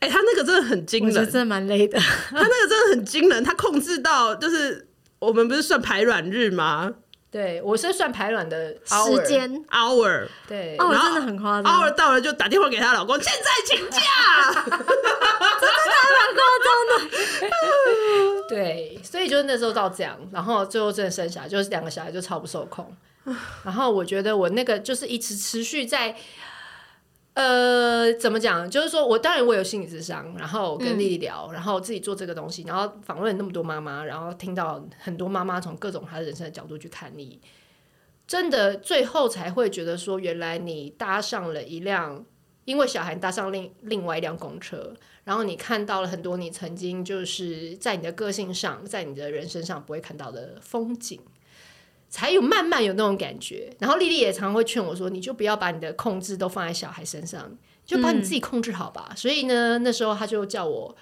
Speaker 1: 哎、他那个真的很惊
Speaker 3: 我
Speaker 1: 人
Speaker 3: 觉得，真的蛮累的，
Speaker 1: 他那个真的很惊人，他控制到就是我们不是算排卵日吗
Speaker 2: 对我是算排卵的 hour,
Speaker 3: 时，间
Speaker 1: ？hour
Speaker 2: 对，
Speaker 3: 哦，
Speaker 1: 然后
Speaker 3: 真的很夸张，
Speaker 1: hour 到了就打电话给她老公，现在请假。
Speaker 2: 对，所以就那时候到这样，然后最后真的生小孩，就是两个小孩就超不受控。然后我觉得我那个就是一直持续在，呃，怎么讲？就是说我当然我有心理智商，然后跟丽丽聊，然后自己做这个东西，然后访问那么多妈妈，然后听到很多妈妈从各种她人生的角度去看你，真的最后才会觉得说，原来你搭上了一辆。因为小孩搭上另另外一辆公车，然后你看到了很多你曾经就是在你的个性上，在你的人身上不会看到的风景，才有慢慢有那种感觉。然后丽丽也常会劝我说，你就不要把你的控制都放在小孩身上，就
Speaker 1: 嗯
Speaker 2: 把你自己控制好吧。所以呢，那时候她就叫我，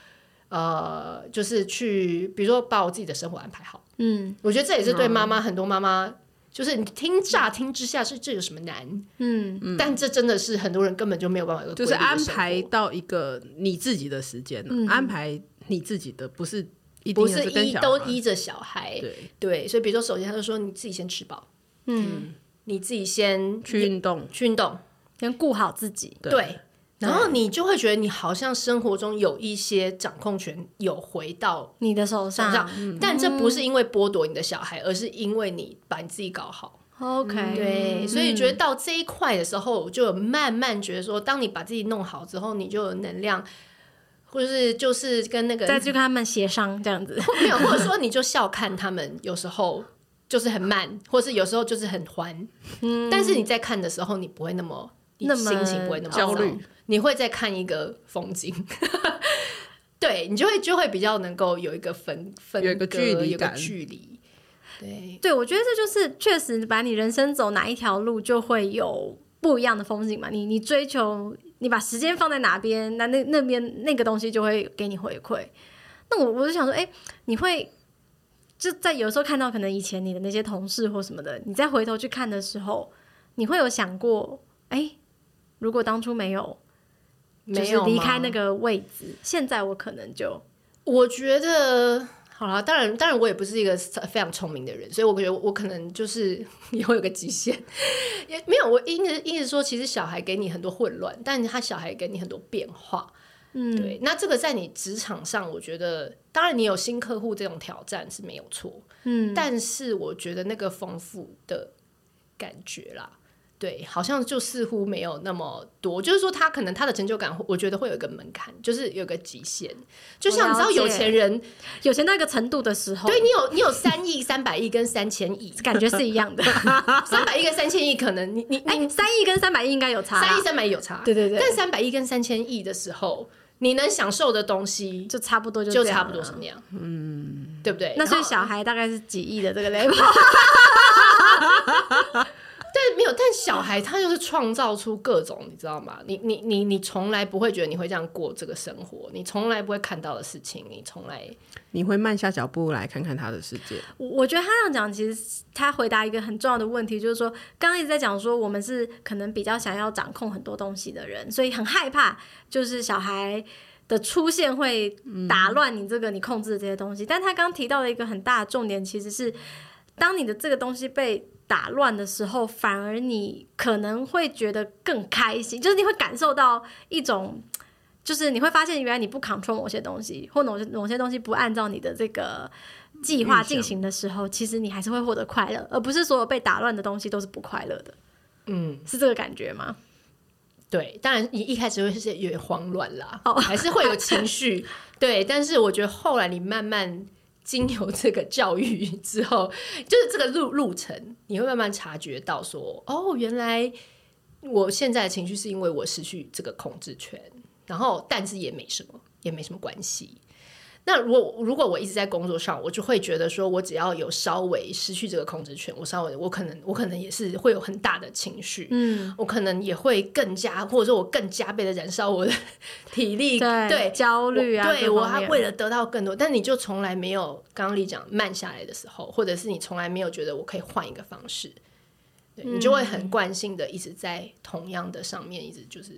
Speaker 2: 呃，就是去，比如说把我自己的生活安排好。
Speaker 3: 嗯
Speaker 2: 我觉得这也是对
Speaker 1: 哦
Speaker 2: 妈妈、很多妈妈。就是你听乍听之下是这有什么难？
Speaker 3: 嗯，
Speaker 2: 但这真的是很多人根本就没有办法有个
Speaker 1: 就是
Speaker 2: 规律的
Speaker 1: 安
Speaker 2: 生活
Speaker 1: 排到一个你自己的时间、啊安排你自己的，嗯不是一定
Speaker 2: 不
Speaker 1: 要
Speaker 2: 是
Speaker 1: 跟
Speaker 2: 依
Speaker 1: 小孩
Speaker 2: 都依着小孩，
Speaker 1: 对
Speaker 2: 对，所以比如说，首先他就说你自己先吃饱，
Speaker 3: 嗯，
Speaker 2: 你自己先
Speaker 1: 去运动。
Speaker 2: 去运动，
Speaker 3: 先顾好自己，
Speaker 1: 对
Speaker 2: 对，然后你就会觉得你好像生活中有一些掌控权有回到
Speaker 3: 你的手
Speaker 2: 手上
Speaker 3: 上，
Speaker 1: 嗯
Speaker 2: 但这不是因为剥夺你的小孩，而是因为你把你自己搞好。
Speaker 3: ，OK，
Speaker 2: 嗯对，
Speaker 1: 嗯
Speaker 2: 所以觉得到这一块的时候，我就有慢慢觉得说，当你把自己弄好之后，你就有能量，或者是就是跟那个
Speaker 3: 再去跟他们协商这样子，
Speaker 2: 或没有，或者说你就笑看他们，有时候就是很慢，或是有时候就是很欢。但是你在看的时候，你不会那么，你
Speaker 3: 那么
Speaker 2: 心情不会那么
Speaker 1: 焦虑
Speaker 2: 糟，你会在看一个风景。 [laughs] 对你就会就会比较能够有一个分分
Speaker 1: 有一个
Speaker 2: 割
Speaker 1: 距离
Speaker 2: 有一个
Speaker 1: 感
Speaker 2: 距离。对，
Speaker 3: 对，我觉得这就是确实把你人生走哪一条路，就会有不一样的风景嘛。你你追求，你把时间放在哪边，那那那边那个东西就会给你回馈。那我我就想说，哎、你会就在有时候看到可能以前你的那些同事或什么的，你再回头去看的时候，你会有想过，哎、如果当初没有，就
Speaker 2: 没
Speaker 3: 是
Speaker 2: 有
Speaker 3: 离
Speaker 2: 吗
Speaker 3: 开那个位置，现在我可能就
Speaker 2: 我觉得好啦，当然，当然，我也不是一个非常聪明的人，所以我觉得我可能就是 [laughs] 也会有个极限，也没有。我因此因此说，其实小孩给你很多混乱，但他小孩给你很多变化。
Speaker 3: 嗯，
Speaker 2: 对，那这个在你职场上，我觉得当然你有新客户这种挑战是没有错，
Speaker 3: 嗯，
Speaker 2: 但是我觉得那个丰富的感觉啦。对，好像就似乎没有那么多，就是说他可能他的成就感，我觉得会有一个门槛，就是有一个极限。就像你知道
Speaker 3: 我了解
Speaker 2: 有钱人，
Speaker 3: 有钱到一个程度的时候，
Speaker 2: 对你有你有三亿、三百亿跟三千亿，
Speaker 3: 感觉是一
Speaker 2: [laughs]
Speaker 3: 样的。
Speaker 2: 三百亿跟三千亿可能你你
Speaker 3: 哎、
Speaker 2: 你
Speaker 3: 三亿跟三百亿应该有差啦，
Speaker 2: 三亿三百亿有差，
Speaker 3: 对对对
Speaker 2: 但三百亿跟三千亿的时候，你能享受的东西
Speaker 3: 就差不多就
Speaker 2: 就
Speaker 3: 这样
Speaker 2: 差
Speaker 3: 了
Speaker 2: 不多是那样，嗯，对不对？
Speaker 3: 那所以
Speaker 2: 然后
Speaker 3: [laughs] 小孩大概是几亿的这个 level，
Speaker 2: 对没有，但小孩他就是创造出各种，你知道吗？你你你你从来不会觉得你会这样过这个生活，你从来不会看到的事情，你从来
Speaker 1: 你会慢下脚步来看看他的世 [laughs] 界。
Speaker 3: 我我觉得他这样讲，其实他回答一个很重要的问题，就是说，刚刚一直在讲说，我们是可能比较想要掌控很多东西的人，所以很害怕，就是小孩的出现会
Speaker 2: 嗯
Speaker 3: 打乱你这个你控制的这些东西。但他刚提到的一个很大的重点，其实是当你的这个东西被打乱的时候，反而你可能会觉得更开心，就是你会感受到一种。就是你会发现，原来你不 control 某些东西，或某些某些东西不按照你的这个计划进行的时候，其实你还是会获得快乐，而不是所有被打乱的东西都是不快乐的，
Speaker 2: 嗯，
Speaker 3: 是这个感觉吗？
Speaker 2: 对。当然，你一开始会是有点慌乱啦，
Speaker 3: 哦
Speaker 2: 还是会有情绪，对。但是我觉得后来你慢慢经由这个教育之后，就是这个路路程，你会慢慢察觉到说，哦，原来我现在的情绪是因为我失去这个控制权，然后但是也没什么，也没什么关系。那如果如果我一直在工作上，我就会觉得说，我只要有稍微失去这个控制权，我稍微我可能我可能也是会有很大的情绪，
Speaker 3: 嗯，
Speaker 2: 我可能也会更加或者说我更加倍的燃烧我的体力，
Speaker 3: 对，
Speaker 2: 对
Speaker 3: 焦虑啊，
Speaker 2: 我对
Speaker 3: 各
Speaker 2: 我
Speaker 3: 方
Speaker 2: 还
Speaker 3: 面
Speaker 2: 为了得到更多，但你就从来没有刚刚你讲慢下来的时候，或者是你从来没有觉得我可以换一个方式，对你就会
Speaker 3: 嗯
Speaker 2: 很惯性的一直在同样的上面，一直就是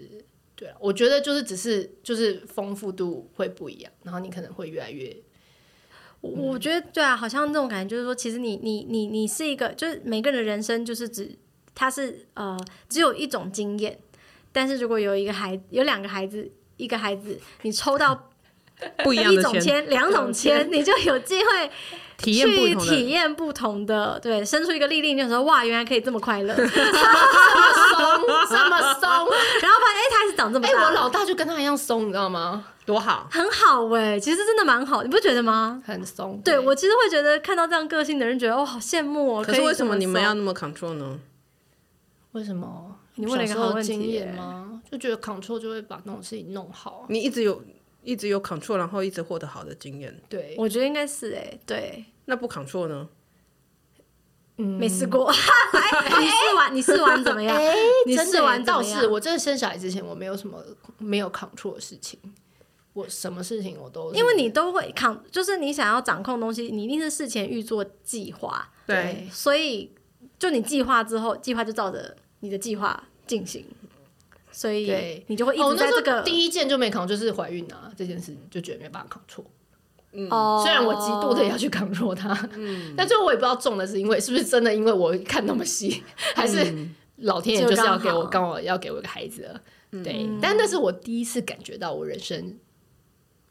Speaker 2: 对啊，我觉得就是只是就是丰富度会不一样，然后你可能会越来越
Speaker 3: 我我觉得对啊，好像那种感觉就是说，其实你你你你是一个，就是每个人的人生就是只他是呃只有一种经验，但是如果有一个孩有两个孩子，一个孩子你抽到
Speaker 1: 不一样的
Speaker 3: 种
Speaker 1: 钱，
Speaker 3: 签两种签， [laughs] 你就有机会
Speaker 1: 体验不
Speaker 3: 去
Speaker 1: 同
Speaker 3: 体
Speaker 1: 的。
Speaker 3: 验不同的，对，生出一个粒粒，你就说哇，原来可以这么快
Speaker 1: [laughs]
Speaker 3: 乐，然后发现
Speaker 2: 松，这么
Speaker 3: [laughs]
Speaker 2: 松。
Speaker 3: 哎，它还是长这么
Speaker 2: 哎、
Speaker 3: 大，
Speaker 2: 我老大就跟他一样松，你知道吗？
Speaker 1: 多好！
Speaker 3: 很好哎、其实真的蛮好，你不觉得吗？
Speaker 2: 很松。
Speaker 3: 对我其实会觉得看到这样个性的人，觉得哦，好羡慕哦。
Speaker 1: 可是
Speaker 3: 以
Speaker 1: 为什么你们
Speaker 3: 这
Speaker 1: 要
Speaker 3: 么
Speaker 1: 那么 control 呢？
Speaker 2: 为什么？
Speaker 3: 你问了一个
Speaker 2: 小时候
Speaker 3: 好问题
Speaker 2: 经验
Speaker 3: 耶
Speaker 2: 吗？就觉得 control 就会把那种事情弄好。啊
Speaker 1: 你一直有一直有 control，然后一直获得好的经验，
Speaker 2: 对
Speaker 3: 松？，我觉得应该是哎、对，
Speaker 1: 那不 control 呢？
Speaker 3: 没试过。
Speaker 2: 嗯 [laughs]
Speaker 3: 哎，你试完，你试完怎么样？你
Speaker 2: 真
Speaker 3: 试
Speaker 2: 的
Speaker 3: 完
Speaker 2: 完
Speaker 3: 怎么
Speaker 2: 倒
Speaker 3: 样
Speaker 2: 是，我真的生小孩之前，我没有什么没有 control 的事情，我什么事情我都
Speaker 3: 因为你都会扛，就是你想要掌控的东西，你一定是事前预做计划，
Speaker 1: 对，
Speaker 3: 所以就你计划之后，计划就照着你的计划进行，所以
Speaker 2: 对
Speaker 3: 你就会一
Speaker 2: 哦
Speaker 3: 直，
Speaker 2: 那
Speaker 3: 在
Speaker 2: 时
Speaker 3: 这
Speaker 2: 候
Speaker 3: 个
Speaker 2: 第一件就没 control 就是怀孕啊这件事，就觉得没办法 control。
Speaker 3: 哦
Speaker 2: 嗯
Speaker 3: 嗯
Speaker 2: 虽然我极度的要去 control 它，但最后我也不知道中的是因为是不是真的，因为我看那么细，还是老天爷就是要给
Speaker 3: 嗯就
Speaker 2: 我
Speaker 3: 刚嗯
Speaker 2: 刚好要给我一个孩子了。对，但那是我第一次感觉到我人生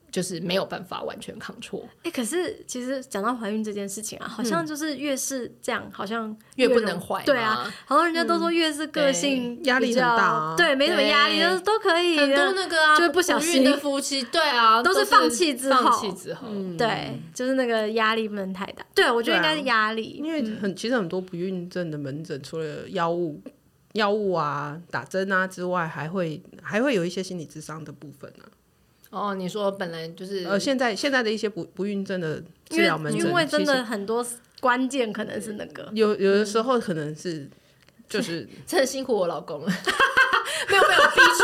Speaker 2: 就是没有办法完全 control，
Speaker 3: 哎、可是其实讲到怀孕这件事情啊，好像就是越是这样，好像
Speaker 2: 嗯越不
Speaker 3: 容
Speaker 2: 能怀
Speaker 3: 对啊
Speaker 2: 嘛，嗯
Speaker 3: 好多人家都说越是个性
Speaker 1: 对压力
Speaker 3: 比较
Speaker 1: 很大啊
Speaker 3: 对，没什么压力，
Speaker 2: 对
Speaker 3: 就是都可以
Speaker 2: 很多
Speaker 3: 的。
Speaker 2: 那个啊，
Speaker 3: 就是不小心
Speaker 2: 不孕的夫妻，对啊，
Speaker 3: 都
Speaker 2: 都
Speaker 3: 是放弃之后
Speaker 2: 放弃之后，嗯
Speaker 3: 对，就是那个压力不能太大。嗯对，啊我觉得应该是压力。
Speaker 1: 因为很其实很多不孕症的门诊，除了药物、药物啊、打针啊之外，还会还会有一些心理智商的部分啊。
Speaker 2: 哦，你说本来就是
Speaker 1: 呃，现在现在的一些不不孕症的治
Speaker 3: 因
Speaker 1: 疗门
Speaker 3: 为
Speaker 1: 诊，
Speaker 3: 因为真
Speaker 1: 其
Speaker 3: 的嗯
Speaker 1: 实
Speaker 3: 很多关键可能是那个，
Speaker 1: 有有的时候可能
Speaker 3: [laughs]
Speaker 1: 是就是
Speaker 2: 真的辛苦我老公了， [laughs] 没有没有逼出逼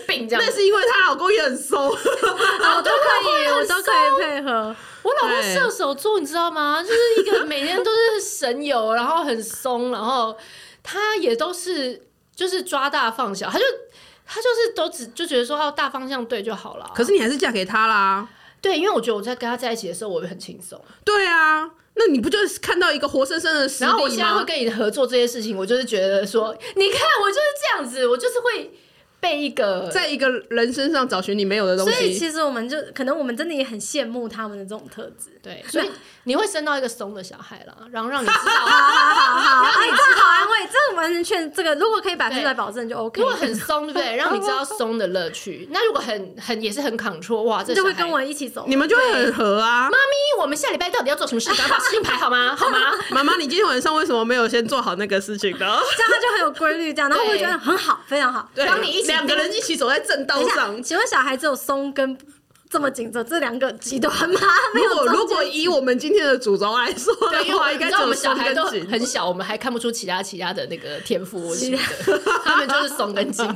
Speaker 2: 出病这样子
Speaker 1: 那。是因为她老公也很松，
Speaker 3: 我都
Speaker 2: [laughs]
Speaker 3: 可以，我都可以配合。
Speaker 2: 我老公
Speaker 1: 对
Speaker 2: 射手座，你知道吗？就是一 [laughs] 个每天都是神游，然后很松，然后他也都是就是抓大放小，他就他就是都只就觉得说哦大方向对就好了。啊
Speaker 1: 可是你还是嫁给他啦。
Speaker 2: 对，因为我觉得我在跟他在一起的时候，我会很轻松。
Speaker 1: 对啊，那你不就是看到一个活生生的实
Speaker 2: 然后我
Speaker 1: 例
Speaker 2: 现在会
Speaker 1: 吗？
Speaker 2: 跟你合作这些事情，我就是觉得说，你看我就是这样子，我就是会被一个
Speaker 1: 在一个人身上找寻你没有的东
Speaker 3: 所以
Speaker 1: 西，
Speaker 3: 其实我们就可能我们真的也很羡慕他们的这种特质。
Speaker 2: 对，所以你会生到一个松的小孩啦，然后让你知道。
Speaker 3: 好好好， [laughs] 哎，这好安慰，这完全劝这个，如果可以百分之百保证就 OK。
Speaker 2: 如果很松，对不对？让你知道松的乐趣。那如果很很也是很 control，哇，这
Speaker 3: 就会
Speaker 2: 小孩
Speaker 3: 跟我一起走。
Speaker 1: 你们就会很合啊。
Speaker 2: 咪，我们下礼拜到底要做什么事？赶快把事情排好吗？好吗？
Speaker 1: 妈妈，你今天晚上为什么没有先做好那个事情呢？
Speaker 3: 这样他就很有规律，这样，然后我
Speaker 2: 对
Speaker 3: 就觉得很好，非常好。
Speaker 1: 对
Speaker 2: 帮你一起
Speaker 1: 两个人一起走在正道
Speaker 3: 等一
Speaker 1: 上
Speaker 3: 下，，请问小孩只有松跟这么紧张，这两个极端吗？没
Speaker 1: 如
Speaker 3: 有
Speaker 1: 果
Speaker 3: 中间
Speaker 1: 如果以我们今天的主轴来说
Speaker 2: 对，
Speaker 1: 的
Speaker 2: 因为我
Speaker 1: 话，应
Speaker 2: 你
Speaker 1: 该
Speaker 2: 知
Speaker 1: 只
Speaker 2: 道我
Speaker 1: 有
Speaker 2: 们小
Speaker 1: 松
Speaker 2: 孩
Speaker 1: 跟
Speaker 2: 都
Speaker 1: 紧
Speaker 2: 很小，我们还看不出其他其他的那个天赋，我觉
Speaker 3: 其
Speaker 2: 得
Speaker 3: 他
Speaker 2: 他们就是松跟紧，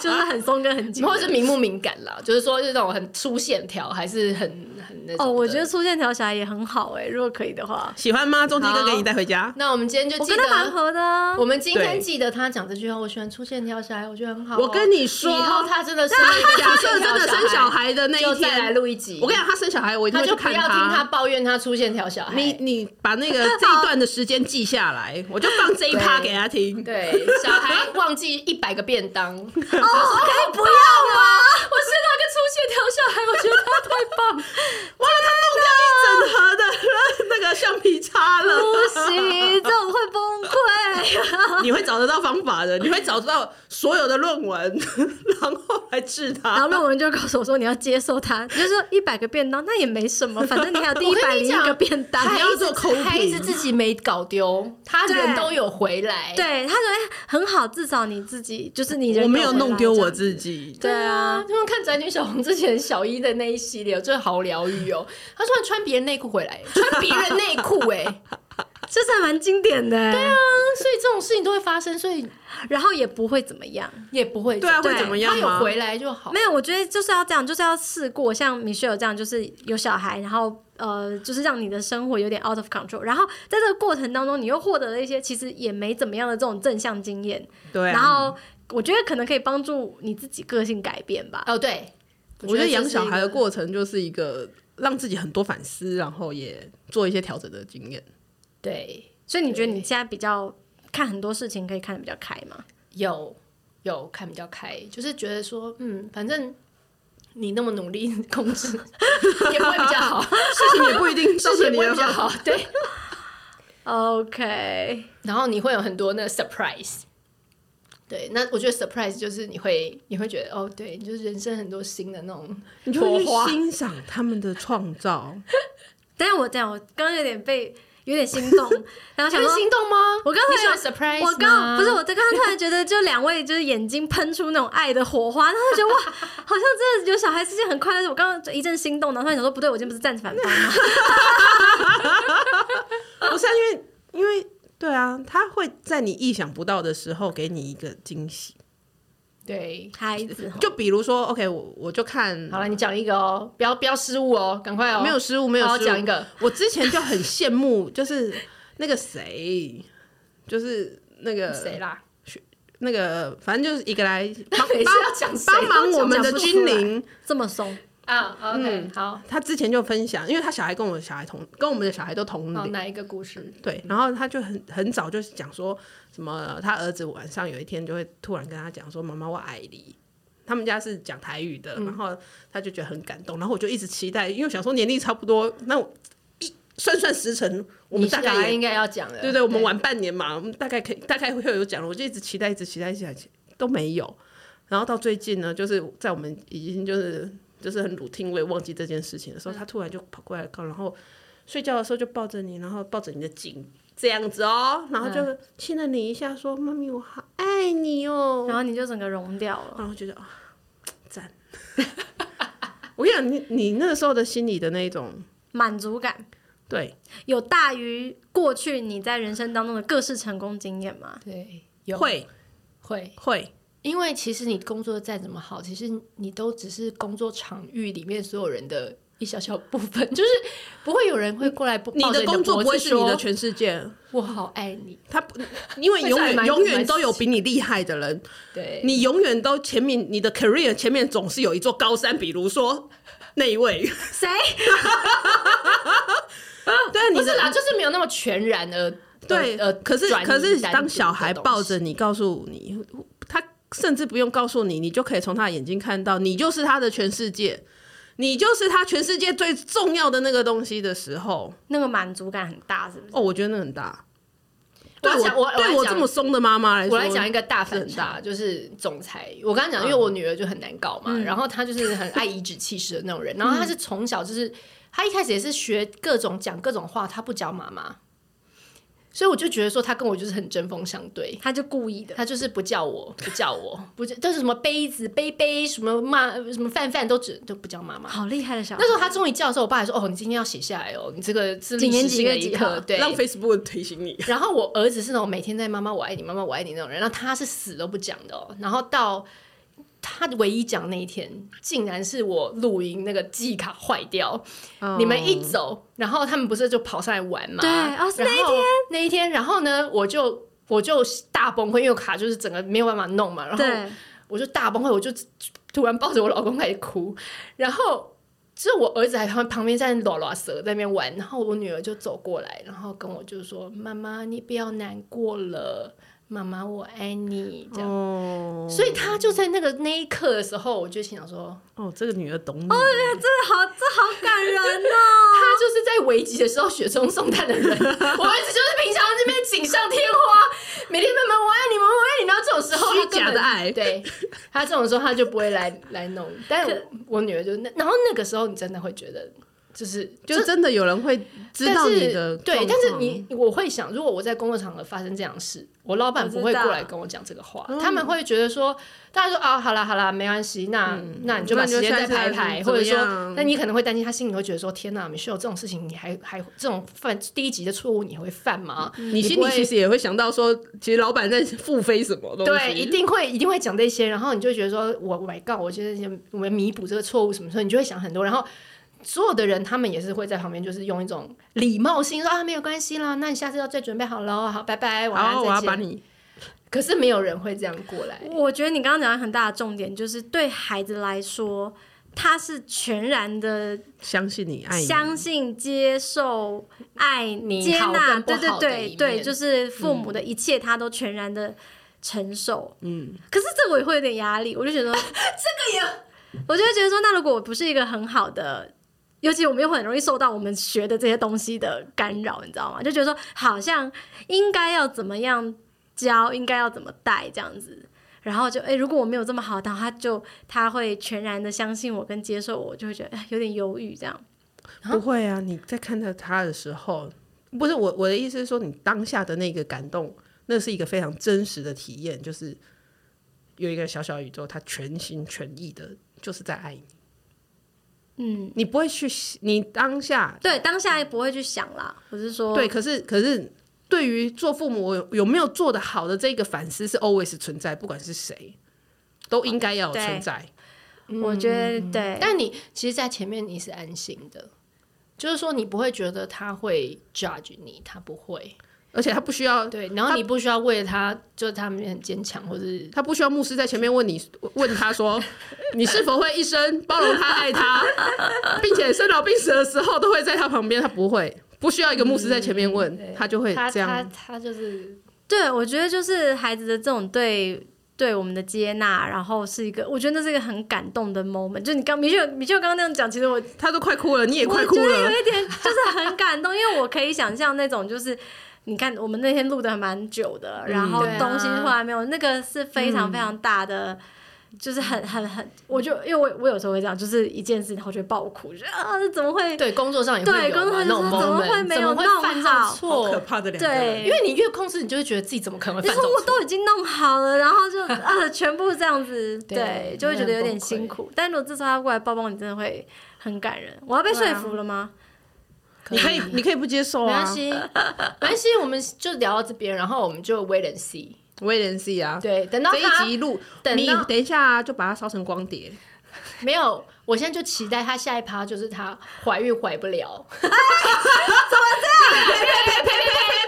Speaker 3: 就是很松跟很紧
Speaker 2: 或。者是明目敏感啦，就是说是那种很粗线条，还是很很那种
Speaker 3: 哦，
Speaker 2: 的
Speaker 3: 我觉得粗线条侠也很好哎、如果可以的话，
Speaker 1: 喜欢吗？中极哥给你带回家。
Speaker 2: [laughs] 那我们今天就
Speaker 3: 我
Speaker 2: 记
Speaker 3: 跟他蛮
Speaker 2: 得，
Speaker 3: 合的啊。
Speaker 2: 我们今天
Speaker 1: 对
Speaker 2: 记得他讲这句话，我喜欢粗线条小孩，我觉得很好哦。
Speaker 1: 我跟你说
Speaker 2: 以后他真的是一个
Speaker 1: 假
Speaker 2: 粗
Speaker 1: 设
Speaker 2: 线
Speaker 1: 真
Speaker 2: 条
Speaker 1: 的生小孩的那
Speaker 2: 就
Speaker 1: 一
Speaker 2: 再来
Speaker 1: 天，
Speaker 2: 录一集。
Speaker 1: 我跟你讲，他生小孩，我一定
Speaker 2: 他
Speaker 1: 会去
Speaker 2: 就不
Speaker 1: 看
Speaker 2: 要听他抱怨他粗线条小孩。
Speaker 1: 你你把那个这一段的时间记下
Speaker 2: [laughs]
Speaker 1: 来，我就放这一趴给他听。
Speaker 2: 对小孩忘记一百个便
Speaker 1: [laughs]
Speaker 2: 当，我生了
Speaker 3: 哦，可以不要啊吗？
Speaker 2: 个粗线条小孩，我觉得他太
Speaker 1: [laughs]
Speaker 2: 棒了。
Speaker 1: 哇，他弄掉一整盒的那个橡皮擦
Speaker 2: [laughs]
Speaker 1: 了，
Speaker 3: [laughs] 不行，这种会崩溃。
Speaker 1: 你会找得到方法的，你会找到所有的论文， [laughs] 然后来治
Speaker 3: 然后
Speaker 1: 他。
Speaker 3: 论文就告诉我说，你要接受它，就是说一百个便当，那也没什么，反正你还
Speaker 1: [laughs]
Speaker 3: 有第一
Speaker 2: 我
Speaker 3: 百
Speaker 2: 跟
Speaker 3: 零
Speaker 2: 你
Speaker 3: 一
Speaker 2: 讲
Speaker 3: 个便当。
Speaker 1: 还要做口
Speaker 2: 孩子
Speaker 1: 评，
Speaker 2: 哎自己没搞丢，他人
Speaker 3: 对
Speaker 2: 都有回来。
Speaker 1: 啊
Speaker 3: 对，他觉得哎很好，至少你自己就是你人
Speaker 1: 我没有
Speaker 3: 回来
Speaker 1: 弄丢我
Speaker 3: 这样
Speaker 1: 自己。
Speaker 3: 对啊，
Speaker 2: 就像看宅女小红之前小一的那一系列，我真的好疗愈哦。她突然穿别人内裤回来，穿别人内裤
Speaker 1: [laughs]
Speaker 2: 哎，啊，
Speaker 3: 这是还蛮经典的。对啊，
Speaker 2: 所以这种事情都会发生，所以
Speaker 3: 然后也不会怎么样。
Speaker 2: 也不会
Speaker 1: 对啊，
Speaker 3: 对
Speaker 1: 会怎么样
Speaker 2: 她有
Speaker 1: 吗？
Speaker 2: 回来就好
Speaker 3: 没。有，我觉得就是要这样，就是要试过，像 Michelle 这样，就是有小孩，然后呃，就是让你的生活有点 out of control，然后在这个过程当中，你又获得了一些其实也没怎么样的这种正向经验，
Speaker 1: 对啊，
Speaker 3: 然后我觉得可能可以帮助你自己个性改变吧。
Speaker 2: 哦，对，
Speaker 1: 我觉得
Speaker 2: 这
Speaker 1: 养
Speaker 2: 是
Speaker 1: 小
Speaker 2: 一
Speaker 1: 孩的
Speaker 2: 个
Speaker 1: 过程就是一个让自己很多反思，然后也做一些调整的经 [laughs] 验。
Speaker 2: 对
Speaker 3: 所以你觉得你现在比较看很多事情可以看得比较开吗？
Speaker 2: 有有看比较开，就是觉得说，嗯，反正你那么努力控制，也不会比较好，
Speaker 1: [laughs] 事情也不一定照
Speaker 2: 事
Speaker 1: 着
Speaker 2: 情
Speaker 1: 你
Speaker 2: 不会
Speaker 1: 的
Speaker 2: 比较
Speaker 1: 方
Speaker 2: 好，对。
Speaker 3: OK，
Speaker 2: 然后你会有很多那个 surprise。对，那我觉得 surprise 就是你会你会觉得哦，对，就是人生很多新的那种
Speaker 1: 你就
Speaker 2: 火
Speaker 1: 会
Speaker 2: 花
Speaker 1: 去。欣赏他们的创 [laughs] 造。
Speaker 3: 但是我这样，我刚刚有点被有点心动，然后
Speaker 2: 你
Speaker 3: 想
Speaker 2: 会
Speaker 3: 说，
Speaker 2: 心动吗？
Speaker 3: 我刚
Speaker 2: 你
Speaker 3: 才
Speaker 2: 喜欢 surprise
Speaker 3: 我刚
Speaker 2: 吗
Speaker 3: 不是我在刚刚突然觉得，就两位就是眼睛喷出那种爱的火花，然后就觉得哇，好像真的有小孩是件很快乐的事。我刚刚就一阵心动，然后突然想说，不对，我今天不是站反方吗？
Speaker 1: 不是、啊、因为因为对啊，他会在你意想不到的时候给你一个惊喜。
Speaker 2: 对，
Speaker 3: 孩子哦吼，
Speaker 1: 就比如说，OK，我我就看
Speaker 2: 好了，你讲一个哦，不要不要失误哦，赶快哦，
Speaker 1: 没有失误，没有
Speaker 2: 好
Speaker 1: 失误。
Speaker 2: 讲一个，
Speaker 1: 我之前就很羡慕，就是那个谁，就是那个
Speaker 2: 谁啦？
Speaker 1: 那个，反正就是一个来帮
Speaker 2: 每次
Speaker 1: 帮
Speaker 2: 要讲谁
Speaker 1: 帮忙我们的
Speaker 3: 讲不出
Speaker 1: 军
Speaker 3: 来
Speaker 1: 龄，
Speaker 3: 这么松，
Speaker 2: 啊？OK，好，
Speaker 1: 嗯他之前就分享，因为他小孩跟我小孩同，跟我们的嗯小孩都同
Speaker 2: 好，
Speaker 1: 龄，
Speaker 2: 哪一个故事？
Speaker 1: 对，然后他就很很早就是讲说什么，他儿子晚上有一天就会突然跟他讲说：“妈妈，我爱你。”他们家是讲台语的，然后他就觉得很感动，然后我就一直期待，因为我想说年龄差不多，那我一算算时辰，我们
Speaker 2: 你
Speaker 1: 大
Speaker 2: 小孩
Speaker 1: 概也
Speaker 2: 应该要讲的，
Speaker 1: 对对，我们晚半年嘛，我们大概可以大概会有讲了，我就一直期待，一直期待，一直期待都没有。然后到最近呢，就是在我们已经就是就是很 routine，我也忘记这件事情的时候，他突然就跑过来告，然后睡觉的时候就抱着你，然后抱着你的颈这样子哦，然后就亲了你一下，说：“妈咪，我好爱你哦。
Speaker 3: 然后你就整个融掉”了。
Speaker 1: 然后觉得啊，赞！我跟你讲，你你那个时候的心里的那一种
Speaker 3: 满足感
Speaker 1: 对，
Speaker 3: 有大于过去你在人生当中的各式成功经验吗？
Speaker 2: 对，有
Speaker 1: 会
Speaker 2: 会，
Speaker 1: 会
Speaker 2: 因为其实你工作再怎么好，其实你都只是工作场域里面所有人的一小小部分， [laughs] 就是不会有人会过来抱
Speaker 1: 你
Speaker 2: 抱着
Speaker 1: 的
Speaker 2: 你
Speaker 1: 工作
Speaker 2: 脖
Speaker 1: 不会
Speaker 2: 子
Speaker 1: 是你的
Speaker 2: 说
Speaker 1: 全世界。
Speaker 2: 我好爱你，
Speaker 1: 他不，因为
Speaker 2: 会
Speaker 1: 永
Speaker 2: 是还
Speaker 1: 远
Speaker 2: 蛮
Speaker 1: 永
Speaker 2: 蛮
Speaker 1: 远都有比你厉害的人，
Speaker 2: 对，
Speaker 1: 你永远都前面你的 career 前面总是有一座高山，比如说那一位，
Speaker 3: 谁？
Speaker 1: [laughs] 对啊，你
Speaker 2: 不是
Speaker 1: 的
Speaker 2: 啦，就是没有那么全然而
Speaker 1: 对，
Speaker 2: 呃，
Speaker 1: 可是
Speaker 2: 转移
Speaker 1: 可是
Speaker 2: 单
Speaker 1: 当
Speaker 2: 独
Speaker 1: 小
Speaker 2: 的
Speaker 1: 孩
Speaker 2: 东
Speaker 1: 抱
Speaker 2: 西
Speaker 1: 着你，告诉你，他甚至不用告诉你，你就可以从他的眼睛看到，你就是他的全世界，你就是他全世界最重要的那个东西的时候，
Speaker 3: 那个满足感很大，是不是？
Speaker 1: 哦，我觉得那很大。
Speaker 2: 我
Speaker 1: 对
Speaker 2: 要讲我
Speaker 1: 我
Speaker 2: 我来
Speaker 1: 对我
Speaker 2: 讲
Speaker 1: 这么松的妈妈来说，
Speaker 2: 我来讲一个大反
Speaker 1: 是很
Speaker 2: 差，
Speaker 1: 大
Speaker 2: 就是总裁。我刚刚讲，因为
Speaker 3: 嗯
Speaker 2: 我女儿就很难搞嘛，然后她就是很爱颐指气使的那种人，然后她
Speaker 3: 嗯
Speaker 2: 是从小就是，她一开始也是学各种讲各种话，她不讲妈妈。所以我就觉得说他跟我就是很针锋相对。
Speaker 3: 他就故意的，
Speaker 2: 他就是不叫我，不叫我，不叫，但是什么杯子、杯杯，什么骂，什么范范都只都不叫妈妈。
Speaker 3: 好厉害的小孩
Speaker 2: 那。时候他终于叫的时候，我爸还说：“哦，你今天要写下来哦，你这个是
Speaker 3: 几
Speaker 2: 历
Speaker 3: 年
Speaker 2: 史
Speaker 3: 几
Speaker 2: 性的
Speaker 3: 月
Speaker 2: 一
Speaker 3: 几
Speaker 2: 刻
Speaker 3: 号
Speaker 2: 对，
Speaker 1: 让 Facebook 提醒你。
Speaker 2: 然后我儿子是那种每天在妈妈我爱你，妈妈我爱你那种人，然后他是死都不讲的哦。然后到他唯一讲那一天，竟然是我录音那个记忆卡坏掉，你们一走，然后他们不是就跑上来玩嘛？
Speaker 3: 对哦是那一
Speaker 2: 然后那一天，然后呢，我就我就大崩溃，因为我卡就是整个没有办法弄嘛，然后
Speaker 3: 对，
Speaker 2: 我就大崩溃，我就突然抱着我老公开始哭，然后。就是我儿子还旁旁边在拉拉舌在那边玩，然后我女儿就走过来，然后跟我就说：“妈妈，你不要难过了，妈妈我爱你。”这样，
Speaker 1: 哦
Speaker 2: 所以他就在那个那一刻的时候，我就心想说，啊
Speaker 1: 哦，这个女儿懂你。
Speaker 3: 这好这好感人
Speaker 2: [laughs]
Speaker 3: 哦。
Speaker 2: 他就是在危急的时候雪中
Speaker 1: [laughs]
Speaker 2: 送炭的人。我儿子就是平常这边锦上添花，每天妈妈我爱你，妈妈我爱你，然后这种时候他
Speaker 1: 虚假
Speaker 2: 根本
Speaker 1: 的爱
Speaker 2: 对他这种时候他就不会来来弄。但我我女儿就那，然后那个时候你真的会觉得就是
Speaker 1: 就真的有人会知道你的
Speaker 2: 对，
Speaker 1: 状
Speaker 2: 但是
Speaker 1: 况
Speaker 2: 你我会想，如果我在工作场合发生这样的事，我老板不
Speaker 3: 我
Speaker 2: 会
Speaker 3: 知道
Speaker 2: 过来跟我讲这个话，
Speaker 1: 嗯
Speaker 2: 他们会觉得说，大家说啊，好啦好啦，没关系，那、那你就把
Speaker 1: 嗯那你就
Speaker 2: 时间再
Speaker 1: 下次
Speaker 2: 排
Speaker 1: 还是
Speaker 2: 排，
Speaker 1: 怎
Speaker 2: 或
Speaker 1: 么
Speaker 2: 者说
Speaker 1: 样，
Speaker 2: 那你可能会担心，他心里会觉得说，天哪，米秀这种事情你还还这种犯第一级的错误你还会犯吗？
Speaker 1: 你心
Speaker 2: 不
Speaker 1: 里
Speaker 2: 会
Speaker 1: 其实也会想到说，其实老板在付费什么东西？
Speaker 2: 对，一定会一定会讲这些，然后你就会觉得说，我 Oh my God，我现在先我们弥补这个错误什么时候，你就会想很多，然后。所有的人，他们也是会在旁边，就是用一种礼貌性说啊，没有关系啦，那你下次要再准备好喽，好，拜拜，晚
Speaker 1: 然
Speaker 2: 安，
Speaker 1: 后
Speaker 2: 再
Speaker 1: 我要
Speaker 2: 见
Speaker 1: 把你
Speaker 2: 可是没有人会这样过来，
Speaker 3: 我觉得你刚刚讲的很大的重点就是对孩子来说，他是全然的
Speaker 1: 相信你爱你，
Speaker 3: 相信、接受、爱
Speaker 2: 你
Speaker 3: 接
Speaker 2: 好
Speaker 3: 纳，
Speaker 2: 跟不
Speaker 3: 对对
Speaker 2: 好的一
Speaker 3: 对对，
Speaker 2: 面
Speaker 3: 就是父母的一切，他都全然的承受。嗯，可是这我也会有点压力，我就觉得 [laughs] 这个也， [laughs] 我就会觉得说，那如果我不是一个很好的。尤其我们又很容易受到我们学的这些东西的干扰，你知道吗？就觉得说好像应该要怎么样教，应该要怎么带这样子。然后就哎、诶如果我没有这么好，然后他就他会全然的相信我跟接受我，就会觉得哎有点犹豫这样。
Speaker 1: 不会啊！你在看到他的时候，不是我我的意思是说，你当下的那个感动，那是一个非常真实的体验，就是有一个小小宇宙，他全心全意的，就是在爱你。嗯，你不会去，你当下
Speaker 3: 对，当下也不会去想啦。我是说，
Speaker 1: 对，可是可是对于做父母有有没有做得好的这个反思是 always 存在，不管是谁，都应该要有
Speaker 3: 对
Speaker 1: 存在。
Speaker 3: 我觉
Speaker 1: 嗯
Speaker 3: 得对，
Speaker 2: 但你其实，在前面你是安心的，就是说你不会觉得他会 judge 你，他不会，
Speaker 1: 而且他不需要，
Speaker 2: 对，然后你不需要为了他，就是他们很坚强，或者是
Speaker 1: 他不需要牧师在前面问你， [laughs] 问他说，你是否会一生包容他、爱他，并且生老病死的时候都会在他旁边。他不会，不需要一个牧师在前面问，他就会
Speaker 2: 嗯他
Speaker 1: 这
Speaker 2: 他
Speaker 1: 样。
Speaker 2: 他就是
Speaker 3: 对我觉得就是孩子的这种对对我们的接纳，然后是一个，我觉得那是一个很感动的 moment。就你刚米秀米秀刚刚那样讲，其实我
Speaker 1: 他都快哭了，你也快哭
Speaker 3: 我觉得
Speaker 1: 了
Speaker 3: 有。一点就是很感动，因为我可以想象那种就是。你看，我们那天录的蛮久的，然
Speaker 1: 嗯
Speaker 3: 后
Speaker 2: 对啊
Speaker 3: 东西后来没有，那个是非常非常大的，就是很很很，我就因为我我有时候会这样，就是一件事情，然后就会爆哭，就觉得啊怎么会？
Speaker 2: 对工作上也
Speaker 3: 对
Speaker 2: 会有
Speaker 3: 工作
Speaker 2: 嘛
Speaker 3: 上
Speaker 2: 那种
Speaker 3: 就说怎么
Speaker 2: moment，
Speaker 3: 会没有
Speaker 2: 怎么
Speaker 3: 弄
Speaker 2: 会犯这种
Speaker 3: 好
Speaker 1: 好可
Speaker 2: 错？
Speaker 1: 怕的两个人。
Speaker 3: 对，
Speaker 2: 因为你越控制，你就会觉得自己怎么可能会犯
Speaker 3: 就是
Speaker 2: 这种
Speaker 3: 我
Speaker 2: 错？
Speaker 3: 都已经弄好了，
Speaker 2: [laughs]
Speaker 3: 然后就呃，全部这样子，
Speaker 2: 对
Speaker 3: 对，就会觉得有点辛苦。但如果这时候他过来抱抱你，真的会很感人。我要被说服了吗？
Speaker 2: 啊
Speaker 1: 你可以，你可以不接受
Speaker 2: [laughs] 没关
Speaker 1: 啊
Speaker 2: 系，没关系，我们就聊到这边，然后我们就 wait and see。
Speaker 1: ，wait and see 啊。
Speaker 2: 对，等到
Speaker 1: 这
Speaker 2: 他
Speaker 1: 一集录，
Speaker 2: 等
Speaker 1: 你
Speaker 2: 到
Speaker 1: 等一下啊就把它烧成光碟。
Speaker 2: 没有，我现在就期待他下一趴就是他怀孕怀不了。 [laughs] 怎么这样？呸呸呸呸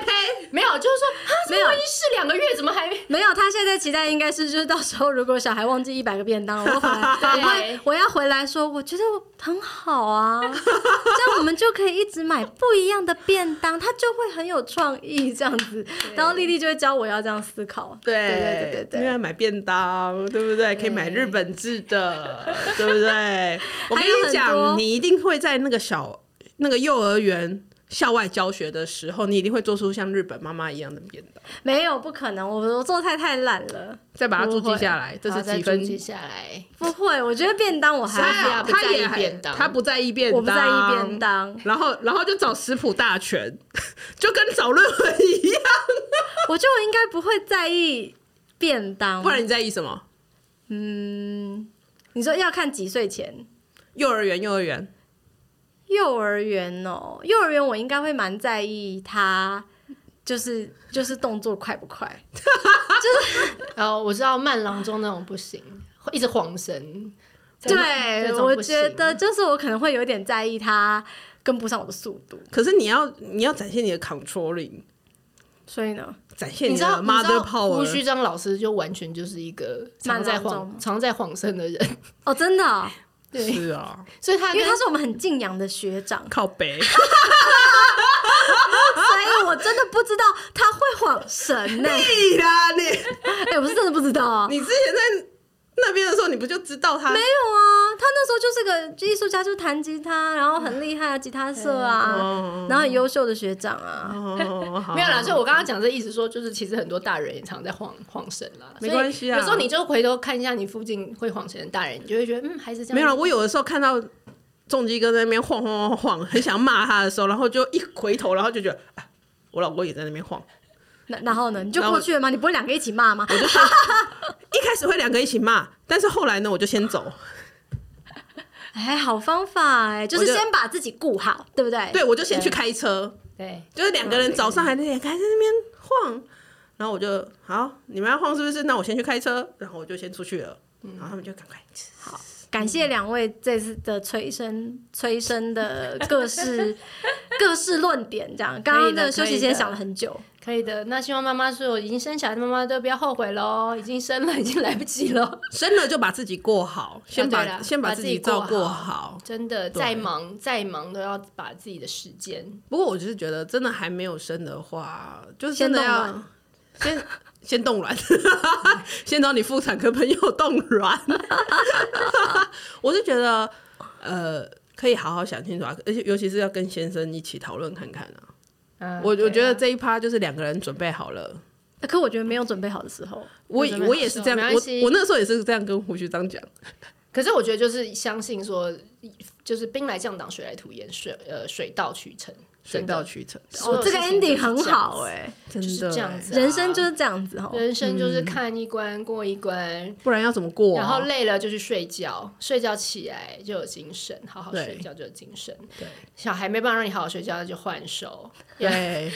Speaker 2: 呸呸！没有，就是说，啊，
Speaker 3: 没有
Speaker 2: 这婚姻是两个月，怎么还
Speaker 3: 没有，他现在期待应该是，就是到时候如果小孩忘记一百个
Speaker 2: [laughs]
Speaker 3: 便当，我回来，
Speaker 2: 对
Speaker 3: 我会我要回来说，我觉得我很好啊，这样我们就可以一直买不一样的便当，他就会很有创意这样子。然后丽丽就会教我要这样思考，
Speaker 1: [laughs] 对
Speaker 3: 对对对对
Speaker 1: 因为买便当，对不对？可以买日本制的，
Speaker 3: [laughs]
Speaker 1: 对不对？我跟
Speaker 3: 还有
Speaker 1: 你
Speaker 3: 很多
Speaker 1: 讲，你一定会在那个小那个幼儿园校外教学的时候，你一定会做出像日本妈妈一样的变道，
Speaker 3: 没有不可能，我我做菜太烂了，
Speaker 1: 再把它注记下来，这
Speaker 2: 好
Speaker 1: 是
Speaker 2: 再
Speaker 1: 几
Speaker 2: 分
Speaker 1: 分？
Speaker 2: 记下来。
Speaker 3: 不会，我觉得便当我还
Speaker 2: 是
Speaker 3: 好
Speaker 2: 啊，不
Speaker 1: 他
Speaker 2: 在意
Speaker 1: 也还
Speaker 2: 便当
Speaker 1: 他不在意便当，
Speaker 3: 我不在意
Speaker 2: [laughs]
Speaker 3: 便。当，
Speaker 1: 然后，然后就找食谱大全， [laughs] 就跟找论文一样。
Speaker 3: 我觉得我应该不会在意便当，
Speaker 1: 不然你在意什么？
Speaker 3: 嗯，你说要看几岁前？
Speaker 1: 幼儿园，幼儿园，
Speaker 3: 幼儿园哦，幼儿园我应该会蛮在意他，就是就是动作快不快，
Speaker 2: 然后哦我知道慢郎中那种不行，会一直晃神。
Speaker 3: 对
Speaker 2: 这，种
Speaker 3: 我
Speaker 2: 不行
Speaker 3: 觉得就是我可能会有点在意他跟不上我的速度，
Speaker 1: 可是你要你要展现你的 controlling，
Speaker 3: 所以
Speaker 2: [laughs]
Speaker 3: 呢，
Speaker 1: 展现
Speaker 2: 你知道
Speaker 1: 的 mother
Speaker 2: 胡
Speaker 1: power。
Speaker 2: 须章老师就完全就是一个常
Speaker 3: 慢
Speaker 2: 在
Speaker 3: 郎中
Speaker 2: 晃常在晃神的人，
Speaker 3: 哦，真的哦、
Speaker 2: 对，
Speaker 1: 是啊，，
Speaker 2: 所以他
Speaker 3: 因为
Speaker 2: 跟
Speaker 3: 他是我们很敬仰的学
Speaker 2: [laughs]
Speaker 3: 长
Speaker 1: 靠北。
Speaker 3: 所以我真的不知道他会晃神
Speaker 2: [laughs]
Speaker 3: 呢、
Speaker 1: 屁啦你！
Speaker 3: 哎、我是真的不知道啊，没
Speaker 1: 你之前在那边的时候，你不就知道他？
Speaker 3: 有啊，他那时候就是个艺术家，就弹吉他，然后很厉害啊，吉他社啊，然后很优秀的学长啊，
Speaker 1: 哦，好
Speaker 2: 没有啦，所以我刚刚讲这意思说，就是其实很多大人也常在晃晃神啦，
Speaker 1: 没关系啊
Speaker 2: 所以有时候你就回头看一下你附近会晃神的大人，你就会觉得嗯，还是这样。
Speaker 1: 没有啦。我有的时候看到重基哥在那边晃晃晃晃，很想骂他的时候，然后就一回头，然后就觉得，啊我老公也在那边晃。
Speaker 3: 那然后呢，你就过去了吗？你不会两个一起骂吗？
Speaker 1: 一开始会两个一起骂，但是后来呢，我就先走。
Speaker 3: 哎，好方法哎，就
Speaker 1: 我
Speaker 3: 是
Speaker 1: 就
Speaker 3: 先把自己顾好，对不对？
Speaker 1: 对，我就先去开车，
Speaker 2: 对，
Speaker 1: 就是两个人早上还在还在那边晃，然后我就好，你们要晃是不是？那我先去开车，然后我就先出去了，然后他们就赶快。
Speaker 3: 感谢两位这次的催生催生的各式 [laughs] 各式论点，这样。刚刚的休息时
Speaker 2: 可以
Speaker 3: 间
Speaker 2: 的
Speaker 3: 想了很久，
Speaker 2: 可以的。那希望妈妈所有已经生小孩的妈妈都不要后悔喽，已经生了，已经来不及
Speaker 3: [laughs]
Speaker 2: 了。
Speaker 1: 生了就把自己过好，先把、
Speaker 2: 对啦
Speaker 1: 先
Speaker 2: 把
Speaker 1: 自
Speaker 2: 自己
Speaker 1: 己照
Speaker 2: 过
Speaker 1: 顾
Speaker 2: 好
Speaker 1: 好。
Speaker 2: 真的，
Speaker 1: 对
Speaker 2: 再忙再忙都要把自己的时间。
Speaker 1: 不过我就是觉得，真的还没有生的话，就是
Speaker 3: 先
Speaker 1: 真的
Speaker 3: 冻
Speaker 1: 要
Speaker 3: 卵
Speaker 1: 先先冻卵， [laughs] 先找你妇产科朋友冻卵。 [laughs] 我是觉得，呃，可以好好想清楚啊，而且尤其是要跟先生一起讨论看看啊。
Speaker 2: 嗯
Speaker 1: 我我觉得
Speaker 2: 对啊
Speaker 1: 这一趴就是两个人准备好了。
Speaker 3: 可我觉得没有准备好的时候，
Speaker 1: 我
Speaker 2: 准备好
Speaker 1: 我
Speaker 2: 哦
Speaker 1: 也是这样，
Speaker 2: 没关系
Speaker 1: 我我那时候也是这样跟胡须章讲，
Speaker 2: 可是我觉得就是相信说，就是兵来将挡，水来土掩，水呃水到渠成，
Speaker 1: 水
Speaker 2: 真的
Speaker 1: 到渠成，
Speaker 2: 所
Speaker 3: 哦
Speaker 2: 有，
Speaker 3: 这个
Speaker 2: 事情都是
Speaker 3: ending 很好哎，
Speaker 1: 真
Speaker 2: 就是
Speaker 1: 的
Speaker 2: 这样
Speaker 1: 欸
Speaker 2: 子啊
Speaker 3: 人生就是这样子哦。
Speaker 2: 人生就是看一关过一关，
Speaker 1: 不然要怎么过啊、
Speaker 2: 然后累了就去睡觉，睡觉起来就有精神，好好
Speaker 1: 对
Speaker 2: 睡觉就有精神。
Speaker 1: 对
Speaker 2: 小孩没办法让你好好睡觉，那就换手， [laughs]
Speaker 1: 对，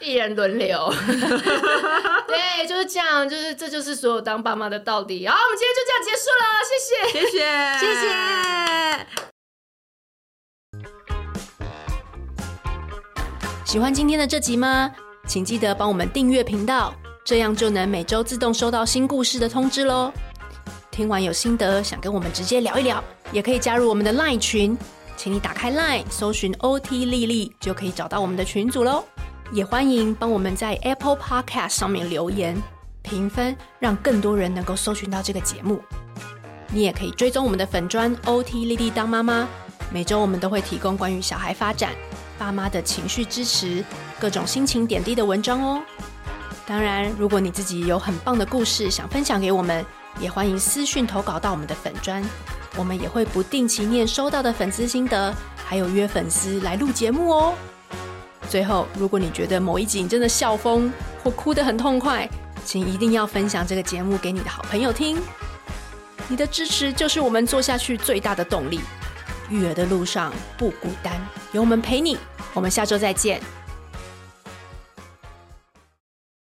Speaker 2: 一人
Speaker 1: [laughs]
Speaker 2: 轮流。对，就是这样，就是这就是所有当爸妈的道理。好，我们今天就这样结束了，谢谢。
Speaker 1: 谢谢，谢
Speaker 3: 谢谢。
Speaker 4: 喜欢今天的这集吗？请记得帮我们订阅频道，这样就能每周自动收到新故事的通知喽。听完有心得，想跟我们直接聊一聊，也可以加入我们的 LINE 群，请你打开 LINE 搜寻 OT 丽丽，就可以找到我们的群组喽。也欢迎帮我们在 Apple Podcast 上面留言评分，让更多人能够搜寻到这个节目。你也可以追踪我们的粉砖 OT 丽丽当妈妈，每周我们都会提供关于小孩发展、爸妈的情绪支持、各种心情点滴的文章哦。当然，如果你自己有很棒的故事想分享给我们，也欢迎私讯投稿到我们的粉砖，我们也会不定期念收到的粉丝心得，还有约粉丝来录节目哦。最后，如果你觉得某一集你真的笑疯或哭得很痛快，请一定要分享这个节目给你的好朋友听。你的支持就是我们做下去最大的动力。育儿的路上不孤单，有我们陪你。我们下周再见，